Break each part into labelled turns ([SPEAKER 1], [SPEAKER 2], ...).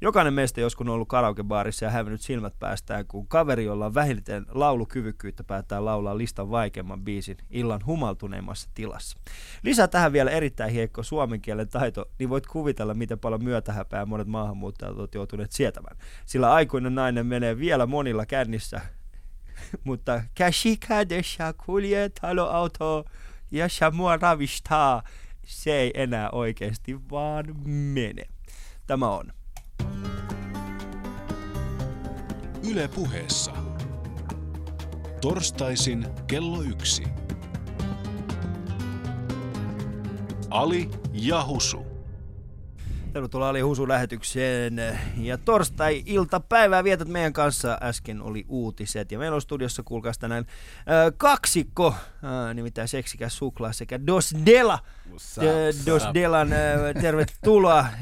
[SPEAKER 1] Jokainen meistä joskus on ollut karaokebaarissa ja hävinnyt silmät päästään, kun kaveri, jolla on vähiten laulukyvykkyyttä, päättää laulaa listan vaikeimman biisin illan humaltuneimmassa tilassa. Lisää tähän vielä erittäin hiekko suomen kielen taito, niin voit kuvitella, miten paljon myötähäpää monet maahanmuuttajat ovat joutuneet sietämään. Sillä aikuinen nainen menee vielä monilla kännissä, mutta käsikadessa kulje taloauto ja samua ravistaa. Se ei enää oikeasti vaan mene. Tämä on.
[SPEAKER 2] Yle puheessa. Torstaisin kello yksi. Ali ja Husu.
[SPEAKER 1] Tervetuloa Ali Husu lähetykseen. eh, Ja torstai-iltapäivää vietät meidän kanssa. Äsken oli uutiset. Ja meillä on studiossa, kuulkaas tänään, äh, kaksikko, äh, nimittäin seksikäs suklaa sekä Dos Dela. Äh, Dos Delan äh, tervetuloa. Äh,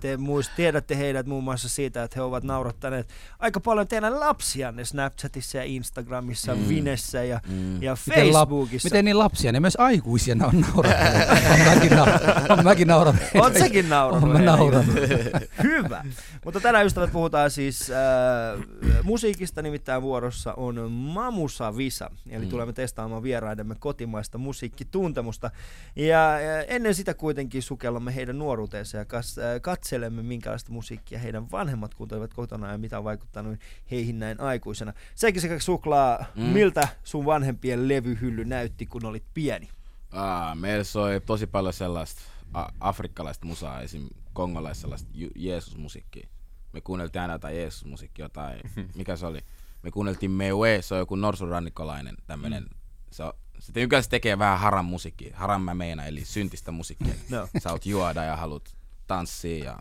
[SPEAKER 1] te muist, tiedätte heidät muun muassa siitä, että he ovat naurattaneet aika paljon teidän lapsianne Snapchatissa ja Instagramissa, mm. Vinessä ja, mm. ja
[SPEAKER 3] Miten, lap,
[SPEAKER 1] Facebookissa.
[SPEAKER 3] miten niin lapsia, ne myös aikuisia ne on naurattanut. on mäkin, na- on mäkin nauranut.
[SPEAKER 1] Oot säkin nauranut.
[SPEAKER 3] Oon mä
[SPEAKER 1] Eino.
[SPEAKER 3] nauranut.
[SPEAKER 1] Hyvä. Mutta tänään ystävät puhutaan siis äh, musiikista, nimittäin vuorossa on Mamusa Visa. Eli mm. tulemme testaamaan vieraidemme kotimaista musiikkituntemusta. Ja äh, ennen sitä kuitenkin sukellamme heidän nuoruuteensa ja kas, äh, katselemme, minkälaista musiikkia heidän vanhemmat kuuntelivat kotona ja mitä on vaikuttanut heihin näin aikuisena. Sekin sekä suklaa, mm. miltä sun vanhempien levyhylly näytti, kun olit pieni?
[SPEAKER 4] Aa, meillä soi tosi paljon sellaista a- afrikkalaista musaa, esim. kongolaista sellaista Ju- Jeesus-musiikkia. Me kuunneltiin aina jotain Jeesus-musiikkia, jotain, mikä se oli? Me kuunneltiin Mewe, se on joku norsurannikkolainen tämmönen. Mm. Se, on- se tykäs tekee vähän haran musiikkia, haran mä meinaan, eli syntistä musiikkia.
[SPEAKER 1] No.
[SPEAKER 4] Sä oot juoda ja haluat tanssia ja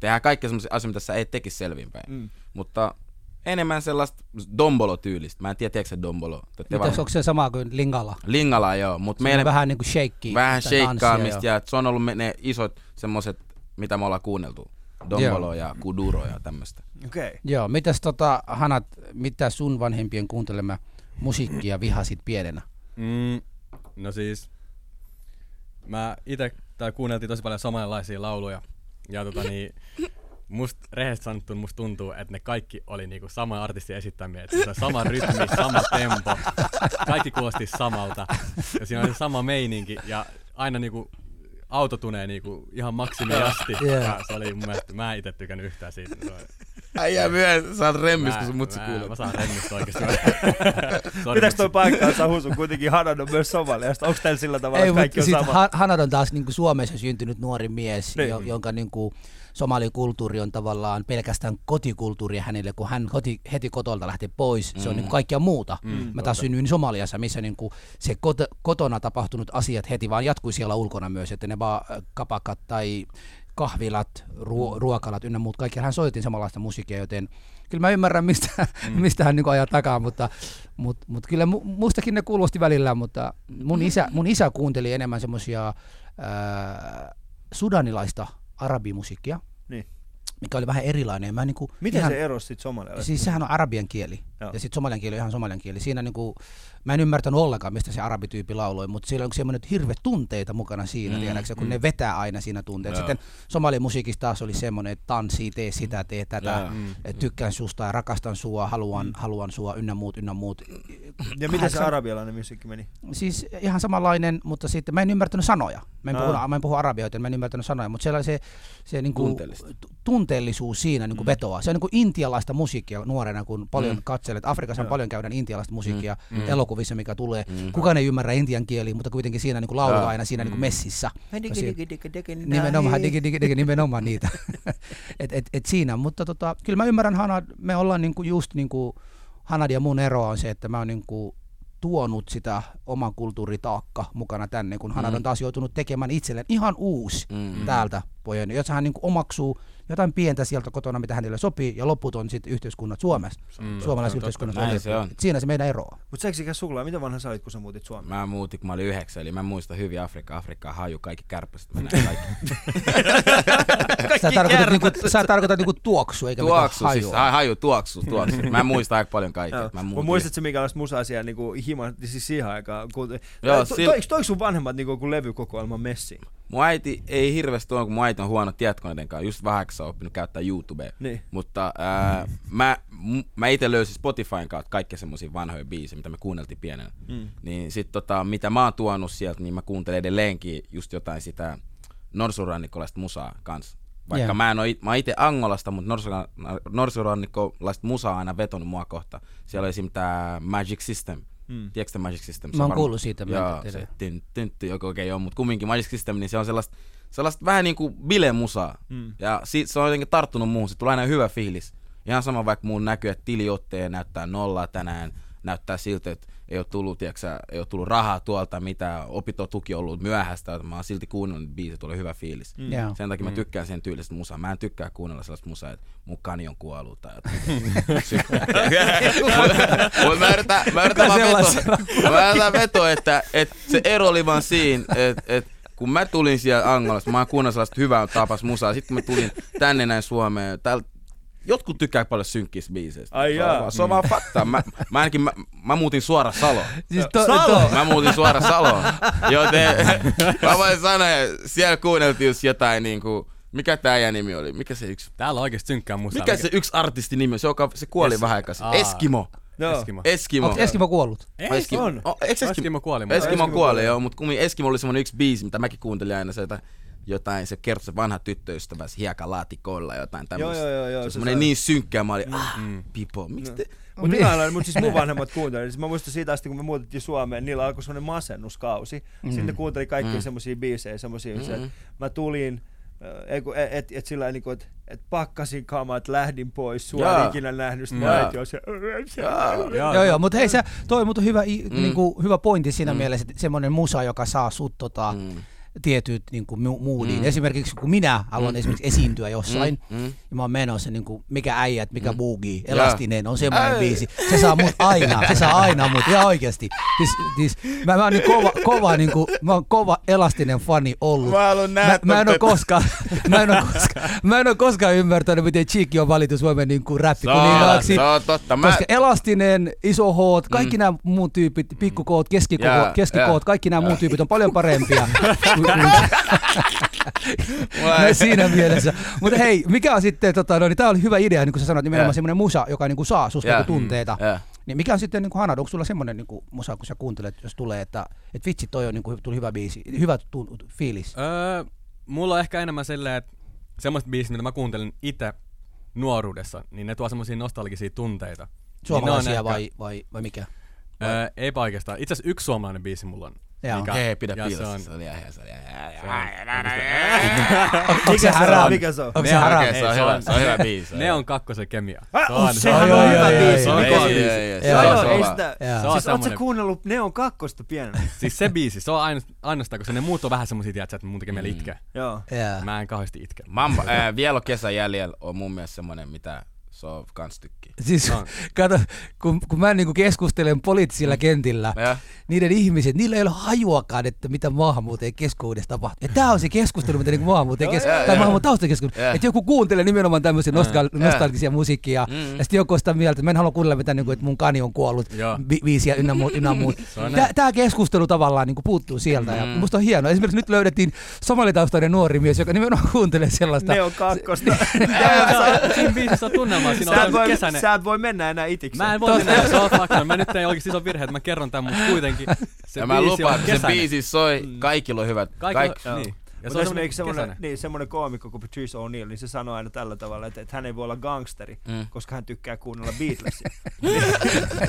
[SPEAKER 4] tehdään kaikki semmoisia asioita, mitä sä ei tekisi selvinpäin.
[SPEAKER 1] Mm.
[SPEAKER 4] Mm. Mutta enemmän sellaista dombolo-tyylistä. Mä en tiedä, tiedätkö se dombolo? Te- te
[SPEAKER 3] Mitäs,
[SPEAKER 4] varmaan-
[SPEAKER 3] onko se sama kuin Lingala?
[SPEAKER 4] Lingala joo, mutta
[SPEAKER 3] Meillä
[SPEAKER 4] meidän
[SPEAKER 3] vähän niinku shakea.
[SPEAKER 4] vähän
[SPEAKER 3] tai tanssia
[SPEAKER 4] sheikkaamista
[SPEAKER 3] joo.
[SPEAKER 4] ja se on ollut me- ne isot semmoset, mitä me ollaan kuunneltu. Dombolo ja Kuduro ja tämmöstä.
[SPEAKER 1] Okei. Okay.
[SPEAKER 3] Joo, mitäs tota, Hanat, mitä sun vanhempien kuuntelema musiikkia vihasit pienenä?
[SPEAKER 5] Mm, no siis, mä itse, tai kuunneltiin tosi paljon samanlaisia lauluja. Ja tota niin, must, rehellisesti sanottuna musta tuntuu, että ne kaikki oli niinku sama artisti esittämiä. Että se on sama rytmi, sama tempo, kaikki kuulosti samalta. Ja siinä oli se sama meininki ja aina niinku auto tunee niinku ihan maksimiasti.
[SPEAKER 3] Joo.
[SPEAKER 5] Yeah. Ja se oli mun mielestä, mä en itse tykännyt yhtään siitä. Se oli-
[SPEAKER 4] Äijä myös, sä oot remmis,
[SPEAKER 5] mä-
[SPEAKER 4] kun sun mutsi
[SPEAKER 5] mä-
[SPEAKER 4] kuulee.
[SPEAKER 5] Mä saan remmistä oikeesti. Sori,
[SPEAKER 1] Pitäis
[SPEAKER 5] mutsi.
[SPEAKER 1] toi paikkaansa Husu kuitenkin Hanan on myös somaliasta? Onko täällä sillä tavalla,
[SPEAKER 3] Ei,
[SPEAKER 1] että kaikki
[SPEAKER 3] mutta
[SPEAKER 1] on
[SPEAKER 3] sitten
[SPEAKER 1] sama?
[SPEAKER 3] ha- Hanad on taas niinku Suomessa syntynyt nuori mies,
[SPEAKER 1] Niin.
[SPEAKER 3] jo, jonka niinku somalikulttuuri on tavallaan pelkästään kotikulttuuria hänelle, kun hän koti, heti kotolta lähti pois. Se on niinku kaikkea muuta. Mm, Mä taas synnyin Somaliassa, missä niinku se kot- kotona tapahtunut asiat heti vaan jatkui siellä ulkona myös, että ne vaan äh, kapakat tai kahvilat, ruo-
[SPEAKER 1] Mm.
[SPEAKER 3] ruokalat ynnä muut, kaikkihan soitettiin samanlaista musiikkia, joten kyllä mä ymmärrän, mistä, mm. mistä hän niinku ajaa takaa, mutta mut, mut kyllä mu- mustakin ne kuulosti välillä, mutta
[SPEAKER 1] Mm.
[SPEAKER 3] mun isä, mun isä kuunteli enemmän semmoisia äh, sudanilaista arabimusiikkia,
[SPEAKER 1] Niin.
[SPEAKER 3] mikä oli vähän erilainen. Mä niinku
[SPEAKER 1] Miten
[SPEAKER 3] ihan,
[SPEAKER 1] se erosi sitten somalialaisesta?
[SPEAKER 3] Siis sehän on arabian kieli.
[SPEAKER 1] Joo.
[SPEAKER 3] Joo. Ja sitten somalian kieli on ihan somalian kieli. Siinä niinku, mä en ymmärtänyt ollenkaan, mistä se arabityyppi lauloi, mutta siellä on semmoinen hirve tunteita mukana siinä, mm, tiedäksä, kun mm. ne vetää aina siinä tunteita. Sitten somalimusiikissa taas oli semmoinen, että tanssi, tee sitä, tee tätä,
[SPEAKER 4] Joo.
[SPEAKER 3] et tykkään susta ja rakastan sua, haluan, mm. haluan sua, ynnä muut, ynnä muut.
[SPEAKER 1] Ja miten se arabialainen musiikki meni?
[SPEAKER 3] Siis ihan samanlainen, mutta sitten mä en ymmärtänyt sanoja. Mä en,
[SPEAKER 1] Aa.
[SPEAKER 3] puhu, mä en puhu arabiaa, joten mä en ymmärtänyt sanoja, mutta siellä oli se, se niinku,
[SPEAKER 4] Tunteellista.
[SPEAKER 3] tu- tunteellisuus siinä niinku vetoaa. Se on niinku intialaista musiikkia nuorena, kun paljon mm. katselet. Afrikassa on paljon käydään intialaista musiikkia mm. elokuvissa, mikä tulee. Mm. Kukaan ei ymmärrä intian kieliä, mutta kuitenkin siinä niinku laulut aina siinä niinku messissä. Ja siinä-
[SPEAKER 4] No,
[SPEAKER 3] Nimenomaan,
[SPEAKER 4] niin.
[SPEAKER 3] digi, digi, digi, Niin nimenomaan niitä. et, et, et siinä, mutta tota, kyllä mä ymmärrän Hanad, me ollaan niinku just niinku, Hanad ja mun ero on se, että mä oon niinku tuonut sitä oman kulttuuritaakka mukana tänne, kun Hanad on taas joutunut tekemään itselleen ihan uusi
[SPEAKER 4] Mm.
[SPEAKER 3] täältä pojan, jossa hän niinku omaksuu jotain pientä sieltä kotona, mitä hänelle sopii, ja loput on sitten yhteiskunnat Suomessa, mm, suomalaiset yhteiskunnat.
[SPEAKER 4] Näin se on.
[SPEAKER 3] Siinä se meidän ero on.
[SPEAKER 1] Mutta seksikäs suklaa, mitä vanha sä olit, kun sä muutit Suomeen?
[SPEAKER 4] Mä muutin, kun mä olin yhdeksän, eli mä muistan hyvin Afrikka, Afrikkaa haju, kaikki kärpäset, mä näin kaikki.
[SPEAKER 3] Sä tarkoitat, niinku, sä tarkoitat niinku tuoksu, eikä
[SPEAKER 4] tuoksu,
[SPEAKER 3] mitään
[SPEAKER 4] siis
[SPEAKER 3] hajua.
[SPEAKER 4] ha- haju, tuoksu, tuoksu. Mä muistan aika paljon kaikkea. Mä
[SPEAKER 1] Mä
[SPEAKER 4] muutin.
[SPEAKER 1] muistatko minkälaista musaa siellä niinku hima, siis siihen aikaan? Kun,
[SPEAKER 4] Joo,
[SPEAKER 1] to,
[SPEAKER 4] sil-
[SPEAKER 1] toiko, toiko sun vanhemmat niinku kun levykokoelman messiin?
[SPEAKER 4] Mun äiti ei hirveästi ole, kun mun äiti on huono tietokoneiden kanssa. Just vähäksi on oppinut käyttää YouTubea.
[SPEAKER 1] Niin.
[SPEAKER 4] Mutta ää, mä, m- mä itse löysin Spotifyn kautta kaikkia semmoisia vanhoja biisejä, mitä me kuunneltiin pienenä. Mm. Niin sit tota, mitä mä oon tuonut sieltä, niin mä kuuntelen edelleenkin just jotain sitä norsurannikkolaista musaa kanssa. Vaikka
[SPEAKER 3] Joo.
[SPEAKER 4] mä en oo, it- mä oon itse Angolasta, mutta norsurannikkolaista musaa on aina vetonut mua kohta. Siellä oli esim. tää Magic System. Mm. Tiedätkö tää Magic
[SPEAKER 3] Mä
[SPEAKER 4] System? on
[SPEAKER 3] oon
[SPEAKER 4] varmaan-
[SPEAKER 3] kuullut siitä, mä en
[SPEAKER 4] Joo,
[SPEAKER 3] tiedä.
[SPEAKER 4] se tyn, tyn, tyn, okei, okei, joo, mutta kumminkin Magic System, niin se on sellaista, sellaista vähän niin kuin bilemusaa. Mm. Ja sit se on jotenkin tarttunut muuhun, se tulee aina hyvä fiilis. Ihan sama vaikka muun näkyy, että tiliotteen näyttää nollaa tänään, näyttää siltä, että ei ole tullut, tiiäksä, ei ole tullut rahaa tuolta, mitä opintotuki on ollut myöhäistä, että mä oon silti kuunnellut että biisi, tulee hyvä fiilis. Mm.
[SPEAKER 3] Joo.
[SPEAKER 4] Sen takia mä tykkään sen tyylistä musaa. Mä en tykkää kuunnella sellaista musaa, että mun kani on kuollut tai jotain. Mut mä yritän, mä yritän vaan vetoa, mä yritän vetoa, että, että se ero oli vaan siinä, että, että kun mä tulin siellä Angolasta, mä oon kuunnellut sellaista hyvää tapas musaa. Sitten kun mä tulin tänne näin Suomeen, täällä Jotkut tykkää paljon synkkistä biiseistä.
[SPEAKER 1] Ai
[SPEAKER 4] se, on
[SPEAKER 1] jaa.
[SPEAKER 4] vaan, se on vaan fakta. Mä, mä, ainakin, mä, mä muutin suoraan Saloon.
[SPEAKER 3] Siis
[SPEAKER 1] Salo!
[SPEAKER 4] Mä muutin suoraan Saloon. Joten mä voin sanoa, että siellä kuunneltiin just jotain niinku, mikä tää äijän nimi oli? Mikä se yksi?
[SPEAKER 5] Täällä on oikeesti synkkää musaa.
[SPEAKER 4] Mikä se yksi artistin nimi on? Se, joka, se kuoli
[SPEAKER 5] Es-
[SPEAKER 4] vähän aikaa sitten.
[SPEAKER 5] Aa.
[SPEAKER 4] Eskimo.
[SPEAKER 1] Joo.
[SPEAKER 5] Eskimo.
[SPEAKER 4] Eskimo.
[SPEAKER 3] Onko Eskimo kuollut?
[SPEAKER 5] Ei,
[SPEAKER 1] Eski-
[SPEAKER 4] Eskimo.
[SPEAKER 1] on.
[SPEAKER 4] O, eikö Eskimo?
[SPEAKER 5] Eskimo kuoli, mutta-
[SPEAKER 4] Eskimo,
[SPEAKER 1] Eskimo
[SPEAKER 4] kuoli,
[SPEAKER 1] kuoli.
[SPEAKER 4] joo, mutta kummin Eskimo oli semmoinen yksi biisi, mitä mäkin kuuntelin aina se jotain, jotain se kertoi se vanha tyttöystäväsi hiekalaatikkoilla jotain tämmöistä.
[SPEAKER 1] joo, joo, joo,
[SPEAKER 4] Se
[SPEAKER 1] se
[SPEAKER 4] on semmoinen
[SPEAKER 1] sai.
[SPEAKER 4] niin synkkä, mä olin, ah, people, miksi te...
[SPEAKER 1] Mutta minä olen, mutta siis mun vanhemmat kuuntelivat. Siis mä muistan siitä asti, kun me muutettiin Suomeen, niillä alkoi semmoinen masennuskausi. Mm. Sitten ne kuunteli kaikkia mm. semmoisia biisejä, semmoisia, mm. että mä tulin, äh, että et, et, et sillä niinku, että et pakkasin kamat, lähdin pois, sua
[SPEAKER 4] Jaa.
[SPEAKER 1] ei ikinä nähnyt, sit
[SPEAKER 4] Jaa.
[SPEAKER 1] mä et jos...
[SPEAKER 4] Jaa.
[SPEAKER 5] Joo,
[SPEAKER 3] Joo,
[SPEAKER 5] joo.
[SPEAKER 3] joo, mutta hei, se, toi on muuten hyvä, mm. niin kuin, hyvä pointti siinä mm. mielessä, että semmoinen musa, joka saa sut tota, mm. tietyt niin kuin, moodiin. Mm. Esimerkiksi kun minä haluan mm. esimerkiksi esiintyä jossain, mm. ja mä oon menossa, niin kuin, mikä äijät, mikä mm. boogie, elastinen on semmoinen
[SPEAKER 4] Ai.
[SPEAKER 3] biisi. Se saa mut aina, se saa aina mut, ihan oikeasti. Siis, siis, mä, mä, oon niin kova, kova, niin kuin, mä oon kova elastinen fani ollut.
[SPEAKER 4] Mä haluun nähdä
[SPEAKER 3] mä, mä en oo
[SPEAKER 4] tätä.
[SPEAKER 3] koskaan, mä en oo koskaan, mä en oo koskaan ymmärtänyt, miten Cheekki on valittu Suomen niin kuin
[SPEAKER 4] Se
[SPEAKER 3] räppikuninkaaksi.
[SPEAKER 4] on totta. Mä, Mm.
[SPEAKER 3] Koska elastinen, iso hoot, kaikki nämä muut tyypit, pikkukoot, keskikoot,
[SPEAKER 4] Jaa,
[SPEAKER 3] keskikoot,
[SPEAKER 4] jaa.
[SPEAKER 3] kaikki nämä muut tyypit on paljon parempia.
[SPEAKER 4] mulla ei-
[SPEAKER 3] no, siinä mielessä. Mutta hei, mikä on sitten, tota, no, niin tämä oli hyvä idea, niin kuin sä sanoit, nimenomaan
[SPEAKER 4] Jaa.
[SPEAKER 3] semmoinen musa, joka niin kuin saa susta
[SPEAKER 4] Jaa.
[SPEAKER 3] niinku tunteita.
[SPEAKER 4] Mm, jaa.
[SPEAKER 3] Niin mikä on sitten, niin kuin Hanad, onko sulla semmoinen niin kuin musa, kun sä kuuntelet, jos tulee, että et vitsi, toi on niin kuin, tuli hyvä biisi, hyvä tu- fiilis.
[SPEAKER 5] Öö, mulla on ehkä enemmän silleen, että semmoista biisit, mitä mä kuuntelin itse nuoruudessa, niin ne tuo semmoisia nostalgisia tunteita.
[SPEAKER 3] Suomalaisia
[SPEAKER 5] niin ne on
[SPEAKER 3] vai, vai, vai mikä?
[SPEAKER 5] Ehkä, öö, eipä oikeastaan. Itse asiassa yksi suomalainen biisi mulla on.
[SPEAKER 3] Joo.
[SPEAKER 4] Hei, pidä
[SPEAKER 5] ja se
[SPEAKER 4] piilossa.
[SPEAKER 5] on-
[SPEAKER 4] Se oli äijä, se oli äijä.
[SPEAKER 3] Onko se
[SPEAKER 1] se on?
[SPEAKER 3] haram?
[SPEAKER 1] Mikä se on?
[SPEAKER 3] Onko se
[SPEAKER 4] Ne on-
[SPEAKER 3] haram?
[SPEAKER 4] okei, Se on hyvä, se on hyvä biisi.
[SPEAKER 5] Ne on kakkosen kemia.
[SPEAKER 1] Ah,
[SPEAKER 5] Se
[SPEAKER 1] oh,
[SPEAKER 5] on-
[SPEAKER 1] sehän
[SPEAKER 5] se on-
[SPEAKER 1] on
[SPEAKER 3] joo,
[SPEAKER 1] hyvä
[SPEAKER 3] joo,
[SPEAKER 1] biisi.
[SPEAKER 3] joo,
[SPEAKER 1] on
[SPEAKER 4] joo,
[SPEAKER 1] kova
[SPEAKER 4] joo,
[SPEAKER 1] biisi.
[SPEAKER 4] joo,
[SPEAKER 1] Joo,
[SPEAKER 4] se on
[SPEAKER 1] joo, ei
[SPEAKER 4] kova.
[SPEAKER 1] sitä-
[SPEAKER 3] Jaa.
[SPEAKER 5] Se on
[SPEAKER 1] Siis oot sä
[SPEAKER 5] semmonen-
[SPEAKER 1] kuunnellut Neon kakkosta pienenä?
[SPEAKER 5] Siis se biisi, se on aino- ainoastaan, koska ne muut on vähän semmosia, tiedätkö, että mun tekee mieli itkeä.
[SPEAKER 1] Joo.
[SPEAKER 3] Jaa.
[SPEAKER 5] Mä en kauheasti itke.
[SPEAKER 4] Mamba, ää, vielä on kesä jäljellä on mun mielestä semmonen, mitä se on kans tykkii.
[SPEAKER 3] Siis kato, kun, kun mä niinku keskustelen poliittisilla kentillä,
[SPEAKER 4] Joo.
[SPEAKER 3] niiden ihmiset, niillä ei ole hajuakaan, että mitä maahanmuuttajien keskuudessa tapahtuu. Ja tämä on se keskustelu, mitä niinku maahanmuuttajien kes- tai maahanmuuttajien taustakeskustelu.
[SPEAKER 4] Joo.
[SPEAKER 3] Että joku kuuntelee nimenomaan tämmöisiä nostal-
[SPEAKER 4] Joo.
[SPEAKER 3] nostalgisia musiikkia, ja sitten joku on sitä mieltä, että mä en halua kuunnella mitään, niinku, että mun kani on kuollut,
[SPEAKER 5] Joo.
[SPEAKER 3] vi- viisiä ynnä muut. Ynnä muut. Tämä keskustelu tavallaan niinku puuttuu sieltä, ja musta on hienoa. Esimerkiksi nyt löydettiin somalitaustainen nuori mies, joka nimenomaan kuuntelee sellaista.
[SPEAKER 1] Neon kakkosta.
[SPEAKER 5] Siinä biisissä on tunnelmaa, siinä on
[SPEAKER 1] Sä et voi-
[SPEAKER 5] tämmönen kesäinen.
[SPEAKER 1] Sä et voi mennä enä itiksi.
[SPEAKER 5] Mä en voi mennä, se on fakta. Mä nyt tein oikein iso virhe, että mä kerron tämän, mutta kuitenkin se
[SPEAKER 4] ja mä
[SPEAKER 5] biisi
[SPEAKER 4] lupaan,
[SPEAKER 5] on
[SPEAKER 4] että se
[SPEAKER 5] kesäinen.
[SPEAKER 4] biisi soi, kaikilla on hyvät.
[SPEAKER 5] Kaikilla-
[SPEAKER 4] Kaikki,
[SPEAKER 5] joo.
[SPEAKER 1] Niin.
[SPEAKER 5] Niin.
[SPEAKER 1] Ja
[SPEAKER 5] Ja
[SPEAKER 1] se
[SPEAKER 5] se
[SPEAKER 1] on
[SPEAKER 5] on
[SPEAKER 1] esimerkiksi
[SPEAKER 5] semmonen
[SPEAKER 1] semmoinen, niin, semmoinen koomikko kuin Patrice O'Neill, niin se sanoo aina tällä tavalla, että, että hän ei voi olla gangsteri, mm. koska hän tykkää kuunnella Beatlesia.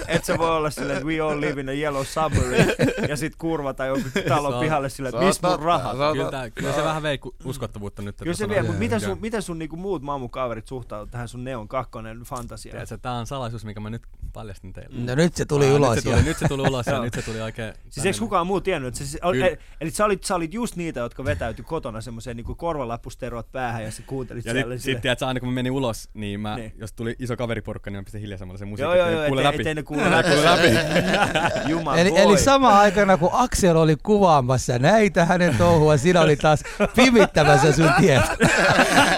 [SPEAKER 1] että se voi olla silleen, että we all live in a yellow submarine, ja sit kurva tai joku
[SPEAKER 5] Se
[SPEAKER 1] talon
[SPEAKER 5] on-
[SPEAKER 1] pihalle silleen,
[SPEAKER 4] Se
[SPEAKER 1] että
[SPEAKER 4] on
[SPEAKER 1] missä mun
[SPEAKER 4] totta,
[SPEAKER 1] rahat?
[SPEAKER 4] se on
[SPEAKER 5] Kyllä,
[SPEAKER 4] totta.
[SPEAKER 5] tää, kyllä se vähän vei ku- uskottavuutta nyt.
[SPEAKER 1] Kyllä se
[SPEAKER 5] sanoo-
[SPEAKER 1] vie, mutta miten sun,
[SPEAKER 5] Joo.
[SPEAKER 1] miten sun niinku muut maamukaverit suhtautuvat tähän sun Neon kakkonen fantasiaan?
[SPEAKER 5] Tiedätkö, tää on salaisuus, minkä mä nyt paljastin teille.
[SPEAKER 3] No nyt se tuli
[SPEAKER 5] Ah,
[SPEAKER 3] ulos.
[SPEAKER 5] Nyt se
[SPEAKER 3] jo.
[SPEAKER 5] tuli, nyt se tuli ulos ja
[SPEAKER 1] Joo.
[SPEAKER 5] nyt se tuli oikein.
[SPEAKER 1] Siis eikö kukaan muu tiennyt, että se, se, oli,
[SPEAKER 5] Kyllä.
[SPEAKER 1] eli, eli sä, olit, sä olit just niitä, jotka vetäytyi kotona semmoiseen niinku korvalappusteroot päähän ja sä kuuntelit
[SPEAKER 5] Ja
[SPEAKER 1] siellä.
[SPEAKER 5] sit, sit tiedät, sä, aina kun mä menin ulos, niin mä,
[SPEAKER 1] Niin.
[SPEAKER 5] niin. jos tuli iso kaveriporukka, niin mä pistin hiljaisemmalle sen musiikin.
[SPEAKER 1] Joo, joo, joo,
[SPEAKER 5] ettei kuule
[SPEAKER 1] ettei,
[SPEAKER 5] läpi.
[SPEAKER 1] ettei ne kuule läpi. Jumala,
[SPEAKER 3] Eli, eli sama aikana kun Aksel oli kuvaamassa näitä hänen touhua, sinä oli taas pimittämässä sun tietä.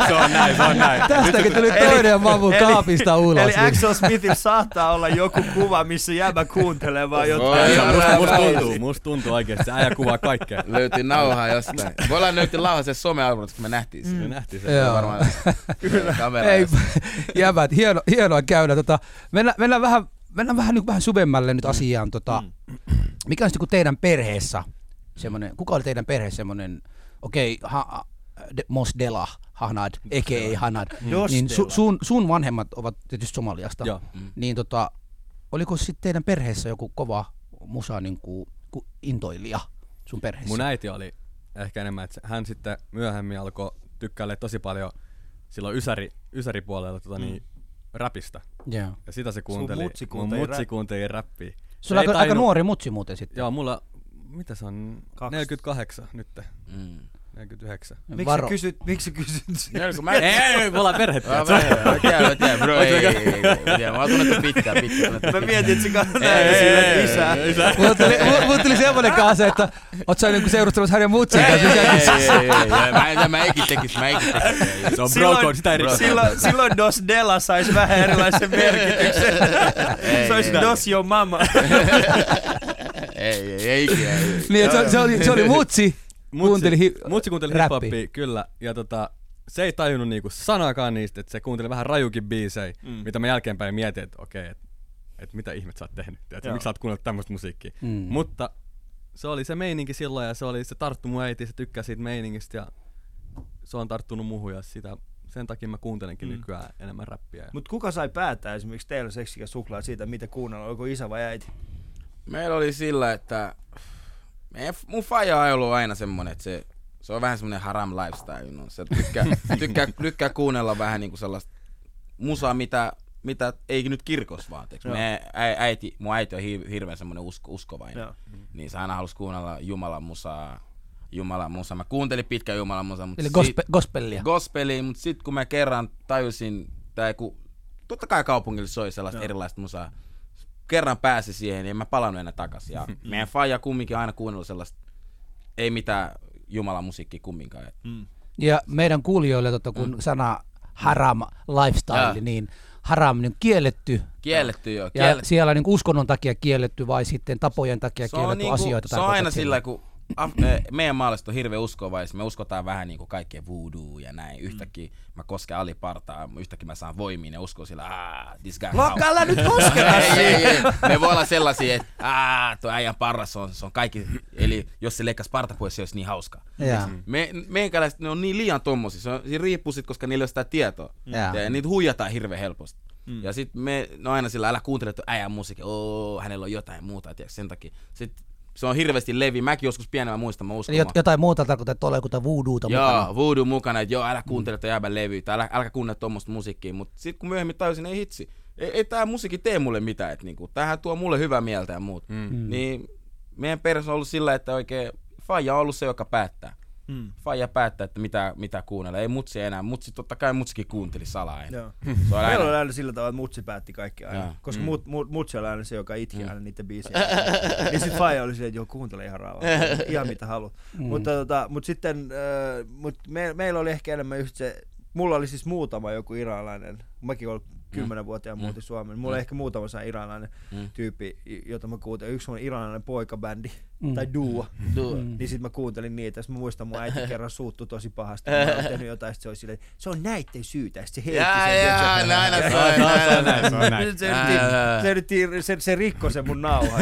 [SPEAKER 5] se on näin, se on näin.
[SPEAKER 3] Tästäkin tuli toinen mamu kaapista ulos. niin-
[SPEAKER 1] Eli Axel Smithillä saattaa olla joku kuva, missä jäbä kuuntelee vaan jotain.
[SPEAKER 4] Voi,
[SPEAKER 5] Ei,
[SPEAKER 1] ihan
[SPEAKER 5] musta, musta,
[SPEAKER 1] räväisiä.
[SPEAKER 5] tuntuu, musta tuntuu oikeesti, se äijä kuvaa kaikkea.
[SPEAKER 3] Mm.
[SPEAKER 4] Löytyi nauhaa jostain. Voi olla löytyi nauhaa se somealbumit, kun me nähtiin se.
[SPEAKER 5] Me
[SPEAKER 4] Mm.
[SPEAKER 5] nähtiin se.
[SPEAKER 3] Joo.
[SPEAKER 4] Varmaan kamera.
[SPEAKER 3] Ei, jäbät, hieno, hienoa käydä. Tota, mennään, mennään, vähän, mennään vähän, niin vähän syvemmälle
[SPEAKER 5] Mm.
[SPEAKER 3] nyt asiaan. Tota, mikä on sitten kun teidän perheessä semmoinen, kuka oli teidän perheessä semmoinen, okei, ha, de, Mos Dela, Hanad, a.k.a. Hanad,
[SPEAKER 1] Jos
[SPEAKER 3] niin su,
[SPEAKER 1] teillä-
[SPEAKER 3] sun, sun vanhemmat ovat tietysti Somaliasta.
[SPEAKER 5] Mm. Joo.
[SPEAKER 3] Niin tota, oliko sitten teidän perheessä joku kova musa niin kuin, ku, intoilija sun perheessä?
[SPEAKER 5] Mun äiti oli ehkä enemmän, että hän sitten myöhemmin alkoi tykkäillä tosi paljon silloin ysäri, ysäripuolella tota niin, räpistä.
[SPEAKER 3] Joo.
[SPEAKER 5] Ja sitä se kuunteli.
[SPEAKER 1] Mm. mutsi
[SPEAKER 5] Mun
[SPEAKER 1] kuunteli
[SPEAKER 5] mutsi
[SPEAKER 1] rap-
[SPEAKER 5] kuunteli räppiä. Se
[SPEAKER 3] Sulla on
[SPEAKER 5] ei
[SPEAKER 3] aika, aika
[SPEAKER 5] tainnut-
[SPEAKER 3] nuori mutsi muuten sitten.
[SPEAKER 5] Joo, mulla, mitä se on,
[SPEAKER 1] Kaksi.
[SPEAKER 5] 48 nyt,
[SPEAKER 4] Mm.
[SPEAKER 5] 49.
[SPEAKER 1] Miksi sä
[SPEAKER 3] Varo.
[SPEAKER 1] kysyt, miksi sä kysyt sen?
[SPEAKER 4] Joo, kun mä-
[SPEAKER 5] Ei, ei, ei, me ollaan perhettä.
[SPEAKER 4] Mä tiedän, mä tiedän, mä tiedän, bro, ei, ei, ei, ei, ei, mä oon tunnettu pitkään, pitkään.
[SPEAKER 1] Mä mietin, että se kannattaa
[SPEAKER 5] Ei, ei, ei,
[SPEAKER 1] isä.
[SPEAKER 5] ei, isä.
[SPEAKER 3] Mulla tuli, mulla, mulla tuli semmoinen kanssa, että oot sä niinku seurustelemassa hänen mutsin kanssa. Niin
[SPEAKER 4] Ei,
[SPEAKER 3] mikä-
[SPEAKER 4] ei, ei, ei, mä en- mä eikin tekis, mä eikin tekis, ei.
[SPEAKER 5] Se on
[SPEAKER 1] Silloin-
[SPEAKER 5] brokon, sitä ei
[SPEAKER 4] Bro
[SPEAKER 5] rikota.
[SPEAKER 4] code.
[SPEAKER 1] Silloin, silloin Dos Della saisi vähän erilaisen merkityksen.
[SPEAKER 4] Ei,
[SPEAKER 1] Se olisi
[SPEAKER 4] ei.
[SPEAKER 1] Dos Your Mama.
[SPEAKER 4] Ei, ei, ei ikinä, ei.
[SPEAKER 3] Niin, että se, se, oli, se oli mutsi. Kuunteli hi-
[SPEAKER 5] mutsi kuunteli
[SPEAKER 3] räppiä.
[SPEAKER 5] hip-hopia, kyllä. Ja tota, se ei tajunnut niinku sanakaan niistä, että se kuunteli vähän rajukin biisejä, mm. mitä mä jälkeenpäin mietin, että okei, että et mitä ihmettä sä oot tehnyt, että
[SPEAKER 1] Joo.
[SPEAKER 5] miksi sä oot kuunnellut tämmöistä musiikkia.
[SPEAKER 3] Mm.
[SPEAKER 5] Mm. Mutta se oli se meininki silloin ja se oli se tarttu mun äiti, se tykkäsi siitä meiningistä ja se on tarttunut muuhun ja sitä, sen takia mä kuuntelenkin mm. nykyään enemmän räppiä.
[SPEAKER 1] Mutta kuka sai päättää esimerkiksi teillä seksikä suklaa siitä, mitä kuunnella, oliko isä vai äiti?
[SPEAKER 4] Meillä oli sillä, että meidän, mun faija on ollut aina semmonen, että se, se on vähän semmonen haram lifestyle. You know. Se tykkää, tykkää, tykkää kuunnella vähän niinku sellaista musaa, mitä, mitä ei nyt kirkossa vaan. tiiäks.
[SPEAKER 1] Joo.
[SPEAKER 4] Me ä, äiti, mun äiti on hir, hirveän semmonen usko, uskovainen.
[SPEAKER 1] Joo.
[SPEAKER 4] Niin se aina halusi kuunnella Jumalan musaa. Jumalan musaa. Mä kuuntelin pitkä Jumalan musaa, mutta
[SPEAKER 3] Eli gospe, gospelia.
[SPEAKER 4] gospeliin, mutta sitten kun mä kerran tajusin, tai kun totta kai kaupungilla soi sellaista Joo. erilaista musaa, kerran pääsi siihen, niin en mä palannut enää takaisin. Ja meidän faija kumminkin aina kuunnellut sellaista, ei mitään Jumalan musiikkia kumminkaan.
[SPEAKER 1] Mm.
[SPEAKER 3] ja meidän kuulijoille, totta, kun mm. sana haram, lifestyle,
[SPEAKER 4] Joo.
[SPEAKER 3] niin haram niin kielletty.
[SPEAKER 4] Kielletty jo.
[SPEAKER 3] Ja
[SPEAKER 4] kielletty.
[SPEAKER 3] siellä niin uskonnon takia kielletty vai sitten tapojen takia
[SPEAKER 4] on
[SPEAKER 3] kielletty
[SPEAKER 4] niinku-
[SPEAKER 3] asioita.
[SPEAKER 4] Se on
[SPEAKER 3] tarkoitat
[SPEAKER 4] aina sillä, kun Af- eh, meidän maalaiset on hirveän uskovais, me uskotaan vähän niinku kaikkea voodoo ja näin. Yhtäkkiä mä kosken alipartaa, yhtäkkiä mä saan voimiin ja uskon sillä, ah, this guy
[SPEAKER 1] Lokka, älä nyt kosketa
[SPEAKER 4] ei,
[SPEAKER 1] siihen!
[SPEAKER 4] ei, ei. Me voi olla sellaisia, että aah, tuo äijän parras on, se on kaikki. Eli jos se leikkaisi parta pois, se olisi niin hauskaa.
[SPEAKER 3] Jaa.
[SPEAKER 4] Me, meikäläiset, ne on niin liian tommosia. Se, on, se riippuu sit, koska niillä ei ole sitä tietoa.
[SPEAKER 3] Jaa.
[SPEAKER 4] Ja niitä huijataan hirveän helposti. Mm. Ja sit me, no aina sillä, älä kuuntele tuon äijän musiikkia, oo, hänellä on jotain muuta, tiedätkö, sen takia. Sit se on hirveästi levi. Mäkin joskus pienemmän muistan, mä uskon.
[SPEAKER 3] Eli jot, jotain muuta tarkoittaa, että olla joku tää voodoota mukana. Mm.
[SPEAKER 4] Joo, voodoo mukana, että joo, älä kuuntele tätä jääbän levyä, tai älä, älkä kuunnele tuommoista musiikkia, mutta sitten kun myöhemmin tajusin, ei hitsi, ei, ei tämä musiikki tee mulle mitään, että niinku, tämähän tuo mulle hyvää mieltä ja muut. Mm. Niin meidän perus on ollut sillä, että oikein faija on ollut se, joka päättää.
[SPEAKER 1] Mm.
[SPEAKER 4] Faija päättää, että mitä, mitä kuunnella. Ei mutsi enää, mutsi totta kai mutsikin kuunteli salaa aina.
[SPEAKER 1] Joo.
[SPEAKER 4] Se on
[SPEAKER 1] Meillä
[SPEAKER 4] aina. Mm.
[SPEAKER 1] oli aina sillä tavalla, että mutsi päätti kaikki aina.
[SPEAKER 4] Joo.
[SPEAKER 1] Koska mut, mut, mutsi oli aina se, joka itki
[SPEAKER 4] Mm.
[SPEAKER 1] aina niitä biisejä. ja sitten Faija oli silleen, että joo, kuuntele ihan rauhaa. ihan mitä haluat. Mutta, tota, mut sitten, äh, mut me, meillä oli ehkä enemmän just se, mulla oli siis muutama joku iranilainen, mäkin olin
[SPEAKER 4] Mm.
[SPEAKER 1] kymmenenvuotiaan muutin Suomeen. Mulla oli ehkä muutama se iranilainen tyyppi, i- jota mä kuuntelin. Yksi on iranilainen poikabändi, tai duo. Mm. Niin sit mä kuuntelin niitä, ja sit mä muistan mun äiti kerran suuttu tosi pahasti. kun Mä oon tehnyt jotain, sit se oli silleen, se on näitten syytä, ja sit se heitti
[SPEAKER 4] Jaa,
[SPEAKER 1] sen.
[SPEAKER 4] jaa,
[SPEAKER 1] tiedätkö?
[SPEAKER 4] aina, aina, se on
[SPEAKER 5] Se on-
[SPEAKER 4] aina,
[SPEAKER 5] se on
[SPEAKER 4] aina.
[SPEAKER 5] näin, se on näin.
[SPEAKER 1] Nyt Se,
[SPEAKER 4] Ää,
[SPEAKER 1] yritti,
[SPEAKER 4] ää.
[SPEAKER 1] se, yritti, se, se rikkoi sen mun nauhan.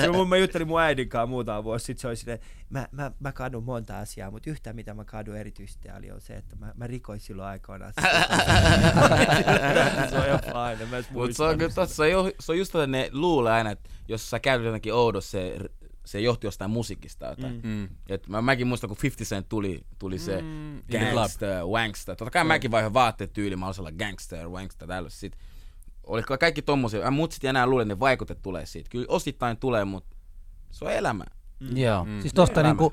[SPEAKER 1] Se mun, mä juttelin mun äidin kanssa muutama vuosi sitten, se oli silleen, mä, mä, mä kadun monta asiaa, mutta yhtä mitä mä kadun erityisesti oli on se, että mä, mä rikoin silloin aikoinaan. se on ihan fine, mä en edes
[SPEAKER 4] Mut se on kyllä
[SPEAKER 1] muistanut.
[SPEAKER 4] totta, se on, ju- se on just että ne luulee aina, että jos sä käyt jotenkin oudossa, se, se johtuu jostain musiikista jotain. Mm. Et mä, mäkin muistan, kun 50 Cent tuli, tuli se mm.
[SPEAKER 5] the club.
[SPEAKER 4] gangster, wangster. Totta kai mm. mäkin vaihoin vaatteet tyyli, mä halusin olla gangster, wangster, tällaista. Sit, oli ka- kaikki tommosia, mut sit enää luulen, että ne vaikutet tulee siitä. Kyllä osittain tulee, mut se on elämä.
[SPEAKER 3] Joo. Mm. Siis tosta
[SPEAKER 4] Elämä.
[SPEAKER 3] niinku,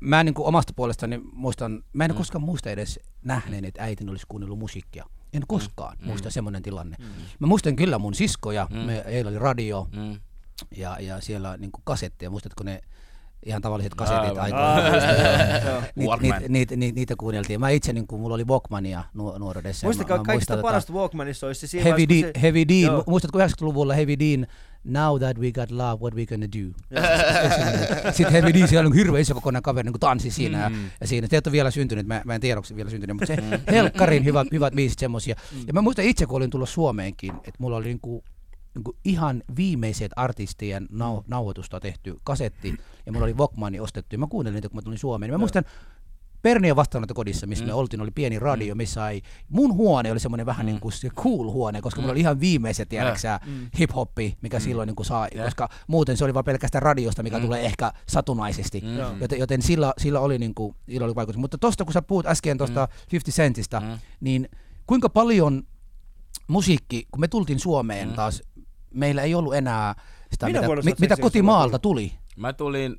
[SPEAKER 3] mä niinku omasta puolestani muistan, mä en mm. koskaan muista edes nähneen, että äitin olisi kuunnellut musiikkia. En koskaan mm. muista semmoinen tilanne. Mm. Mä muistan kyllä mun siskoja, mm. me, heillä oli radio
[SPEAKER 4] Mm.
[SPEAKER 3] ja, ja siellä niinku kasetteja, muistatko ne ihan tavalliset kasetit
[SPEAKER 4] Aivan.
[SPEAKER 3] aikaan.
[SPEAKER 1] Joo.
[SPEAKER 3] Niit,
[SPEAKER 4] Walkman.
[SPEAKER 3] niit, niit, niit, niitä kuunneltiin. Mä itse, niin kun mulla oli Walkmania nuo- nuoruudessa. ja
[SPEAKER 1] Muistakaa,
[SPEAKER 3] mä- mä
[SPEAKER 1] kaikista
[SPEAKER 3] muistan, tota-
[SPEAKER 1] parasta Walkmanissa olisi se siinä
[SPEAKER 3] Heavy
[SPEAKER 1] vaiheessa,
[SPEAKER 3] Dean,
[SPEAKER 1] kun se-
[SPEAKER 3] Heavy Dean.
[SPEAKER 1] Joo.
[SPEAKER 3] Mu- muistatko 90-luvulla Heavy Dean, Now that we got love, what we gonna do? Sitten Heavy Dean, siellä on hirveä iso kokonainen kaveri, niin kuin tanssi siinä. Mm. Ja, ja, siinä, te ette ole vielä syntynyt, mä, mä en tiedä, onko se vielä syntynyt, mutta se
[SPEAKER 1] Mm.
[SPEAKER 3] helkkarin hyvät, hyvät biisit semmosia. Ja mä muistan itse, kun olin tullut Suomeenkin, että mulla oli niinku, niinku ihan viimeiset artistien nau, nauhoitusta tehty kasetti, ja mulla oli Walkmani ostettu, ja mä kuuntelin niitä, kun mä tulin Suomeen. Niin Mä muistan, Pernian vastaanottokodissa, missä me oltiin, oli pieni radio, missä ei, mun huone oli semmoinen vähän niin kuin se cool huone, koska mulla oli ihan viimeiset tiedäksä hip-hoppi, mikä silloin niin kuin saa, koska muuten se oli vaan pelkästään radiosta, mikä tulee ehkä satunnaisesti, joten, joten sillä, sillä, oli niin kuin, sillä oli vaikutus. Mutta tosta kun sä puhut äsken tosta 50 Centistä, niin kuinka paljon musiikki, kun me tultiin Suomeen taas, meillä ei ollut enää sitä,
[SPEAKER 1] Minä
[SPEAKER 3] mitä,
[SPEAKER 1] vuonna sä
[SPEAKER 3] mi-
[SPEAKER 1] oot
[SPEAKER 3] mitä
[SPEAKER 1] seksiä
[SPEAKER 3] kotimaalta tuli.
[SPEAKER 4] Mä tulin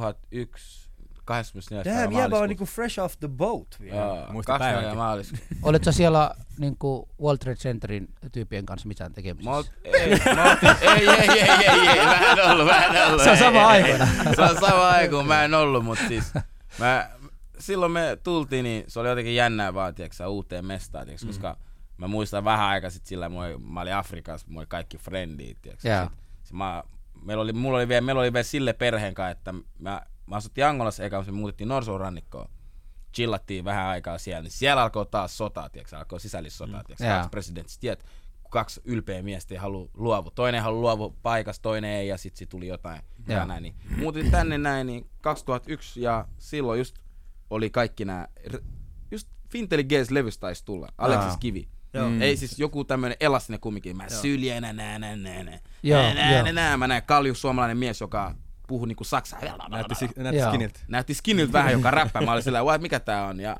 [SPEAKER 4] 2001, 24.
[SPEAKER 1] Damn,
[SPEAKER 4] päivä
[SPEAKER 1] jäbä on niinku
[SPEAKER 4] maaliskuuta.
[SPEAKER 1] fresh off the boat vielä.
[SPEAKER 4] Joo,
[SPEAKER 5] Muista
[SPEAKER 4] 24.
[SPEAKER 5] päiväkin.
[SPEAKER 4] maaliskuuta.
[SPEAKER 3] Oletko siellä niin kuin World Trade Centerin tyyppien kanssa mitään tekemisissä?
[SPEAKER 4] Mä oot, ei, mä oot, ei, ei, ei, ei, ei, mä en ollut, mä en ollut.
[SPEAKER 3] Se on sama
[SPEAKER 4] ei, ei,
[SPEAKER 3] aikoina.
[SPEAKER 4] ei. Se on sama aikoina, mä en ollut, mutta siis mä, silloin me tultiin, niin se oli jotenkin jännää vaan, tiiäksä, uuteen mestaan, tiiäksä, koska mä muistan vähän aikaa sit sillä, mä, mä olin Afrikassa, mulla oli kaikki frendit, tiiäksä.
[SPEAKER 3] Joo.
[SPEAKER 4] Sit- sit mä, meillä oli, mulla oli vielä, meillä oli vielä sille perheen kanssa, että mä, mä asuttiin Angolassa eka, mutta me muutettiin Norsuun rannikkoon chillattiin vähän aikaa siellä, niin siellä alkoi taas sota, tiiäks, alkoi sisällissota, mm. tiiäks,
[SPEAKER 3] Jaa.
[SPEAKER 4] kaksi presidentistä, tiedät, kun kaksi ylpeä miestä ei halua luovu. Toinen haluaa luovu paikasta, toinen ei, ja sitten sit tuli jotain.
[SPEAKER 3] Jaa.
[SPEAKER 4] Ja näin, niin. Muutin tänne näin, niin 2001, ja silloin just oli kaikki nämä, just Fintelligence levystä taisi tulla, Aleksis
[SPEAKER 3] Jaa.
[SPEAKER 4] Kivi.
[SPEAKER 1] Joo.
[SPEAKER 4] Mm. Ei siis joku tämmönen elastinen kumminkin, mä syljenä nää nää nää nää
[SPEAKER 3] Joo,
[SPEAKER 4] nää
[SPEAKER 3] joo.
[SPEAKER 4] nää nää nää mä näin kalju suomalainen mies, joka puhuu niinku saksaa
[SPEAKER 5] Näytti, si- näytti
[SPEAKER 3] Joo.
[SPEAKER 5] skiniltä.
[SPEAKER 4] näytti skiniltä vähän, joka räppää. Mä olin sillä, "What, mikä tää on. Ja